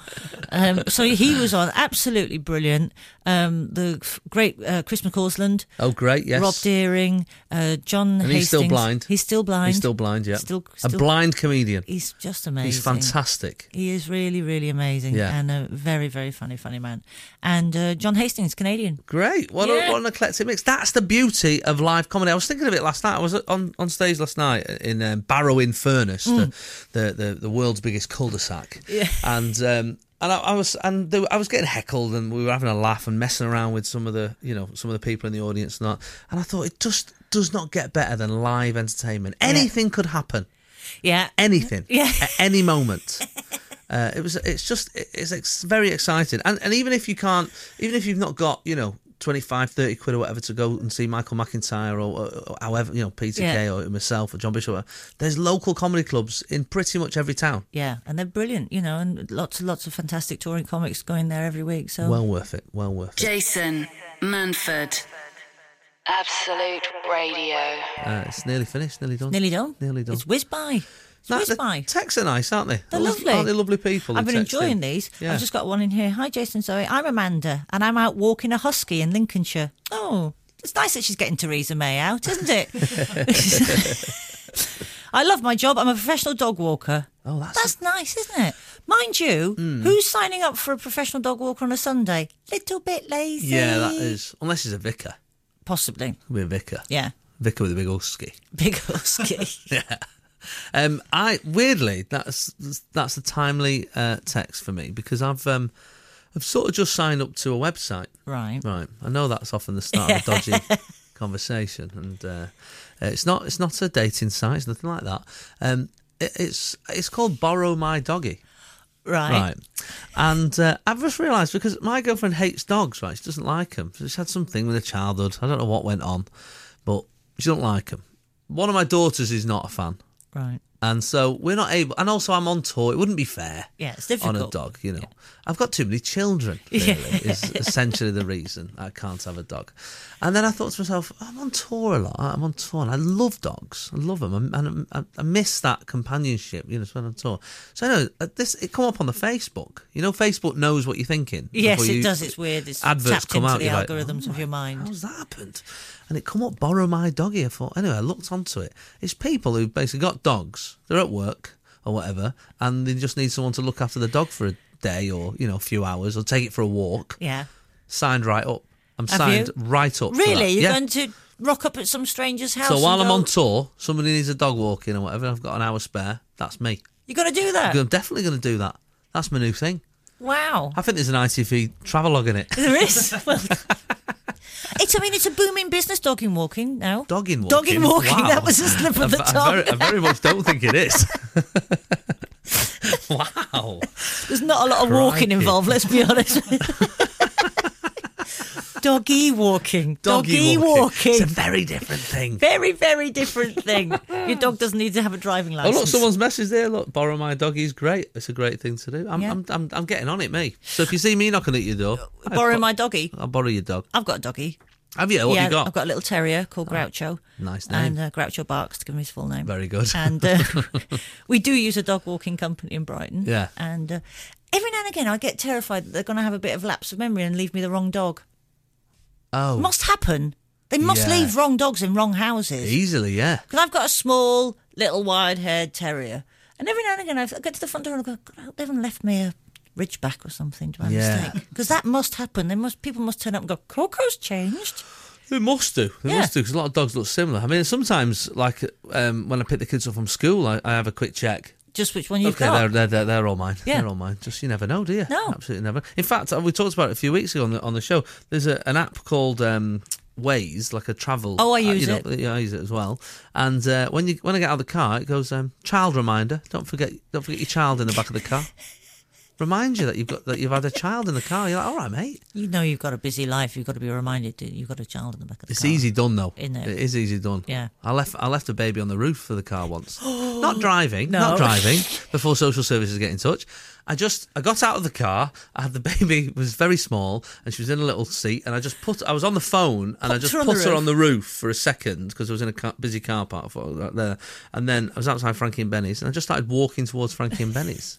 Speaker 4: Um, so he was on, absolutely brilliant. Um, the f- great uh, Chris McCausland,
Speaker 3: Oh, great! Yes,
Speaker 4: Rob Deering, uh, John.
Speaker 3: and
Speaker 4: Hastings.
Speaker 3: he's still blind.
Speaker 4: He's still blind.
Speaker 3: He's still blind. Yeah,
Speaker 4: Still-
Speaker 3: a
Speaker 4: still-
Speaker 3: blind comedian.
Speaker 4: He's just amazing.
Speaker 3: He's fantastic.
Speaker 4: He is really, really amazing,
Speaker 3: Yeah.
Speaker 4: and a very, very funny, funny man. And uh, John Hastings, Canadian.
Speaker 3: Great. What,
Speaker 4: Yeah.
Speaker 3: a, what an eclectic mix. That's the beauty of live comedy. I was thinking of it last night. I was on, on stage last night in um, Barrow in Furness, the, the, the, the world's biggest cul-de-sac. Yeah. And um, and I, I was and they, were- I was getting heckled and we were having a laugh and messing around with some of the you know some of the people in the audience and that. And I thought it just does not get better than live entertainment. Anything could happen
Speaker 4: Yeah,
Speaker 3: anything
Speaker 4: Yeah. [laughs]
Speaker 3: at any moment. Uh, it was. It's just. it- It's ex- very exciting. And and even if you can't, even if you've not got, you know. 25, 30 quid or whatever to go and see Michael McIntyre or, or, or however, you know, PTK
Speaker 4: Yeah.
Speaker 3: or myself or John Bishop. or- There's local comedy clubs in pretty much every town.
Speaker 4: Yeah, and they're brilliant, you know, and lots and lots of fantastic touring comics going there every week. So
Speaker 3: Well worth it. Well worth it.
Speaker 2: Jason Manford. Absolute Radio.
Speaker 3: Uh, it's nearly finished, nearly done.
Speaker 4: nearly done.
Speaker 3: Nearly done.
Speaker 4: It's whiz by. It's
Speaker 3: No,
Speaker 4: whiz
Speaker 3: the
Speaker 4: by.
Speaker 3: Texts are nice, aren't they?
Speaker 4: They're
Speaker 3: Aren't-
Speaker 4: lovely.
Speaker 3: Aren't they lovely people?
Speaker 4: I've
Speaker 3: who
Speaker 4: been
Speaker 3: text in?
Speaker 4: enjoying these.
Speaker 3: Yeah.
Speaker 4: I've just got one in here. Hi, Jason. Sorry, I'm Amanda, and I'm out walking a husky in Lincolnshire. Oh, it's nice that she's getting Theresa May out,
Speaker 3: [laughs]
Speaker 4: isn't it? I love my job. I'm a professional dog walker.
Speaker 3: Oh, that's- Hmm.
Speaker 4: nice, isn't it? Mind you, who's signing up for a professional dog walker on a Sunday? Little bit lazy.
Speaker 3: Yeah, that is. Unless he's a vicar.
Speaker 4: possibly.
Speaker 3: Could be a vicar.
Speaker 4: Yeah, [laughs]
Speaker 3: Vicar with a big husky.
Speaker 4: big husky.
Speaker 3: [laughs] Um, I weirdly that's that's a timely uh, text for me because I've um, I've sort of just signed up to a website.
Speaker 4: right.
Speaker 3: Right, I know that's often the start of a dodgy conversation, and uh, it's not it's not a dating site. It's nothing like that. Um, it, it's it's called Borrow My Doggy.
Speaker 4: Right.
Speaker 3: Right. And uh, I've just realised because my girlfriend hates dogs, right? She doesn't like them. She's had something with her childhood. I don't know what went on, but she doesn't like them. One of my daughters is not a fan.
Speaker 4: Right.
Speaker 3: And so we're not able, and also I'm on tour. It wouldn't be fair
Speaker 4: Yeah, it's
Speaker 3: on
Speaker 4: difficult.
Speaker 3: a dog, you know. I've got too many
Speaker 4: [laughs]
Speaker 3: children, really, is essentially the reason I can't have a dog. And then I thought to myself, I'm on tour a lot. I'm on tour and I love dogs. I love them. And I, I miss that companionship, you know, when I'm on tour. So, anyway, uh, this, it come up on the Facebook. You know, Facebook knows what you're thinking.
Speaker 4: Yes,
Speaker 3: before
Speaker 4: it
Speaker 3: you-
Speaker 4: does. It's weird. It's
Speaker 3: adverts
Speaker 4: tapped
Speaker 3: come
Speaker 4: into
Speaker 3: out,
Speaker 4: the
Speaker 3: you're like, "Oh
Speaker 4: algorithms of your mind.
Speaker 3: How's that happened? And it come up, borrow my doggy. I thought, anyway, I looked onto it. It's people who've basically got dogs. They're at work or whatever, and they just need someone to look after the dog for a day or, you know, a few hours or take it for a walk.
Speaker 4: Yeah.
Speaker 3: Signed right up. I'm
Speaker 4: Have
Speaker 3: signed
Speaker 4: you?
Speaker 3: right up. for that.
Speaker 4: Really? You're
Speaker 3: yeah.
Speaker 4: going to rock up at some stranger's house?
Speaker 3: so
Speaker 4: and
Speaker 3: while I'm
Speaker 4: go-
Speaker 3: on tour, somebody needs a dog walking or whatever, I've got an hour spare. That's me.
Speaker 4: You're going to do that?
Speaker 3: I'm definitely going to do that. That's my new thing.
Speaker 4: Wow.
Speaker 3: I think there's an ITV travelogue in it.
Speaker 4: [laughs]
Speaker 3: [laughs]
Speaker 4: There is. Well, it's. I mean, it's a booming business. Dogging walking now.
Speaker 3: Dogging walking.
Speaker 4: Dogging walking.
Speaker 3: Wow.
Speaker 4: That was
Speaker 3: [laughs]
Speaker 4: a slip of the
Speaker 3: I,
Speaker 4: tongue.
Speaker 3: very, I very much don't think it
Speaker 4: [laughs]
Speaker 3: is. [laughs] wow.
Speaker 4: There's not a lot of walking
Speaker 3: Crikey.
Speaker 4: involved. Let's
Speaker 3: [laughs]
Speaker 4: be honest. Doggy walking. Doggy, walking.
Speaker 3: It's a very different thing.
Speaker 4: [laughs] Very, very different thing. Your dog doesn't need to have a driving
Speaker 3: Oh
Speaker 4: license.
Speaker 3: look, someone's message there. Look, borrow my doggie's great. It's a great thing to do. I'm,
Speaker 4: Yeah. Uh,
Speaker 3: I'm, I'm, I'm getting on it, me. So if you see me knocking at your door, I'll
Speaker 4: borrow
Speaker 3: bo-
Speaker 4: my doggy.
Speaker 3: I'll borrow your dog.
Speaker 4: I've got a doggy.
Speaker 3: Have you? What
Speaker 4: yeah,
Speaker 3: have you got? Ah,
Speaker 4: I've got a little terrier called Groucho.
Speaker 3: Nice name.
Speaker 4: And uh, Groucho barks to give him his full name.
Speaker 3: Very good. [laughs]
Speaker 4: And uh, [laughs] we do use a dog walking company in Brighton.
Speaker 3: Yeah.
Speaker 4: And uh, every now and again, I get terrified that they're going to have a bit of lapse of memory and leave me the wrong dog.
Speaker 3: oh,
Speaker 4: Must happen. They must
Speaker 3: Yeah. E-
Speaker 4: leave wrong dogs in wrong houses.
Speaker 3: easily, yeah.
Speaker 4: Because I've got a small, little, wide-haired terrier, and every now and again I've- I get to the front door and I go, God, I hope they haven't left me a ridgeback or something to my
Speaker 3: Yeah.
Speaker 4: mistake. Because that must happen. They must. People must turn up and go, Coco's changed.
Speaker 3: They must do. They
Speaker 4: Yeah.
Speaker 3: must do because a lot of dogs look similar. I mean, sometimes, like um, when I pick the kids up from school, I, I have a quick check.
Speaker 4: Just which one you've
Speaker 3: okay,
Speaker 4: got.
Speaker 3: they're, they're they're they're all mine.
Speaker 4: Yeah.
Speaker 3: They're all mine. Just you never know, do you?
Speaker 4: No.
Speaker 3: absolutely never. In fact, uh, we talked about it a few weeks ago on the on the show. There's a, an app called. Um, Waze, like a travel.
Speaker 4: Oh, I
Speaker 3: uh,
Speaker 4: use
Speaker 3: you know,
Speaker 4: it.
Speaker 3: Yeah, I use it as well. And uh, when you when I get out of the car, it goes um, child reminder. Don't forget, don't forget your child in the back of the
Speaker 4: [laughs]
Speaker 3: car. Remind you that you've got that you've had a child in the car. You're like, all right, mate.
Speaker 4: You know you've got a busy life. You've got to be reminded that you've got a child in the back of the
Speaker 3: It's
Speaker 4: car.
Speaker 3: easy done though.
Speaker 4: Isn't it?
Speaker 3: it is easy done.
Speaker 4: Yeah.
Speaker 3: I left I left a baby on the roof for the car once. not driving.
Speaker 4: [gasps] No.
Speaker 3: Not
Speaker 4: [laughs]
Speaker 3: driving. Before social services get in touch. I just I got out of the car. I had the [laughs] baby was very small and she was in a little seat and I just put I was on the phone and I
Speaker 4: Popped
Speaker 3: just
Speaker 4: her on the
Speaker 3: put her
Speaker 4: roof.
Speaker 3: on the roof for a second because I was in a car, busy car park for right there and then I was outside Frankie and Benny's and I just started walking towards Frankie and
Speaker 4: [laughs]
Speaker 3: Benny's.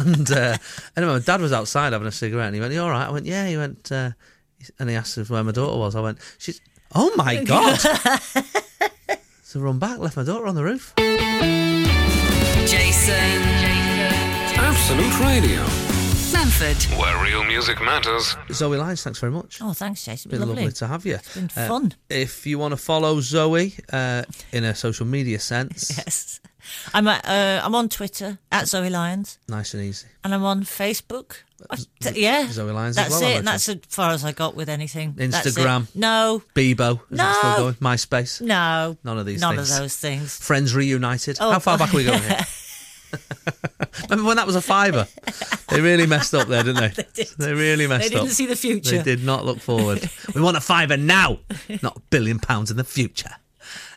Speaker 3: And uh, anyway, my dad was outside having a cigarette, and he went, "You all right?" I went, "Yeah." He went, uh, and he asked us where my daughter was. I went, "She's." Oh
Speaker 4: [laughs]
Speaker 3: my god! so run back, left my daughter on the roof.
Speaker 2: Jason. Jason.
Speaker 1: Absolute Radio,
Speaker 2: Manford.
Speaker 1: where real music matters.
Speaker 3: Zoe Lyons, thanks very much.
Speaker 4: Oh, thanks, Jason. It's
Speaker 3: been
Speaker 4: been
Speaker 3: lovely.
Speaker 4: lovely.
Speaker 3: to have you.
Speaker 4: been
Speaker 3: Uh,
Speaker 4: fun.
Speaker 3: if you want to follow Zoe uh, in a social media
Speaker 4: [laughs]
Speaker 3: sense,
Speaker 4: Yes. I'm at, uh, I'm on Twitter at Zoe Lyons
Speaker 3: nice and easy.
Speaker 4: and I'm on Facebook. I- t- yeah.
Speaker 3: Zoe Lyons as
Speaker 4: That's
Speaker 3: well, I
Speaker 4: it. And that's as far as I got with anything. That's it.
Speaker 3: Instagram.
Speaker 4: No.
Speaker 3: Bebo, is that still
Speaker 4: No.
Speaker 3: going? MySpace,
Speaker 4: No.
Speaker 3: None of these
Speaker 4: None
Speaker 3: things.
Speaker 4: of those things.
Speaker 3: Friends Reunited.
Speaker 4: Oh, [laughs]
Speaker 3: How far back are we going? Here? Remember when that was a fiver? They really messed up there, didn't they?
Speaker 4: did.
Speaker 3: really messed
Speaker 4: [laughs] They
Speaker 3: up.
Speaker 4: didn't see the future.
Speaker 3: They did not look
Speaker 4: [laughs]
Speaker 3: forward. we want a fiver now, not a billion pounds in the future.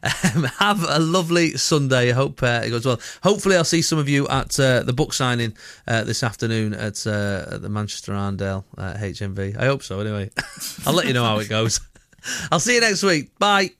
Speaker 3: Um, have a lovely Sunday. I hope uh, it goes well. Hopefully, I'll see some of you at uh, the book signing uh, this afternoon at, uh, at the Manchester Arndale [laughs] uh, HMV. I hope so, anyway. I'll let you know how it goes. I'll see you next week. Bye.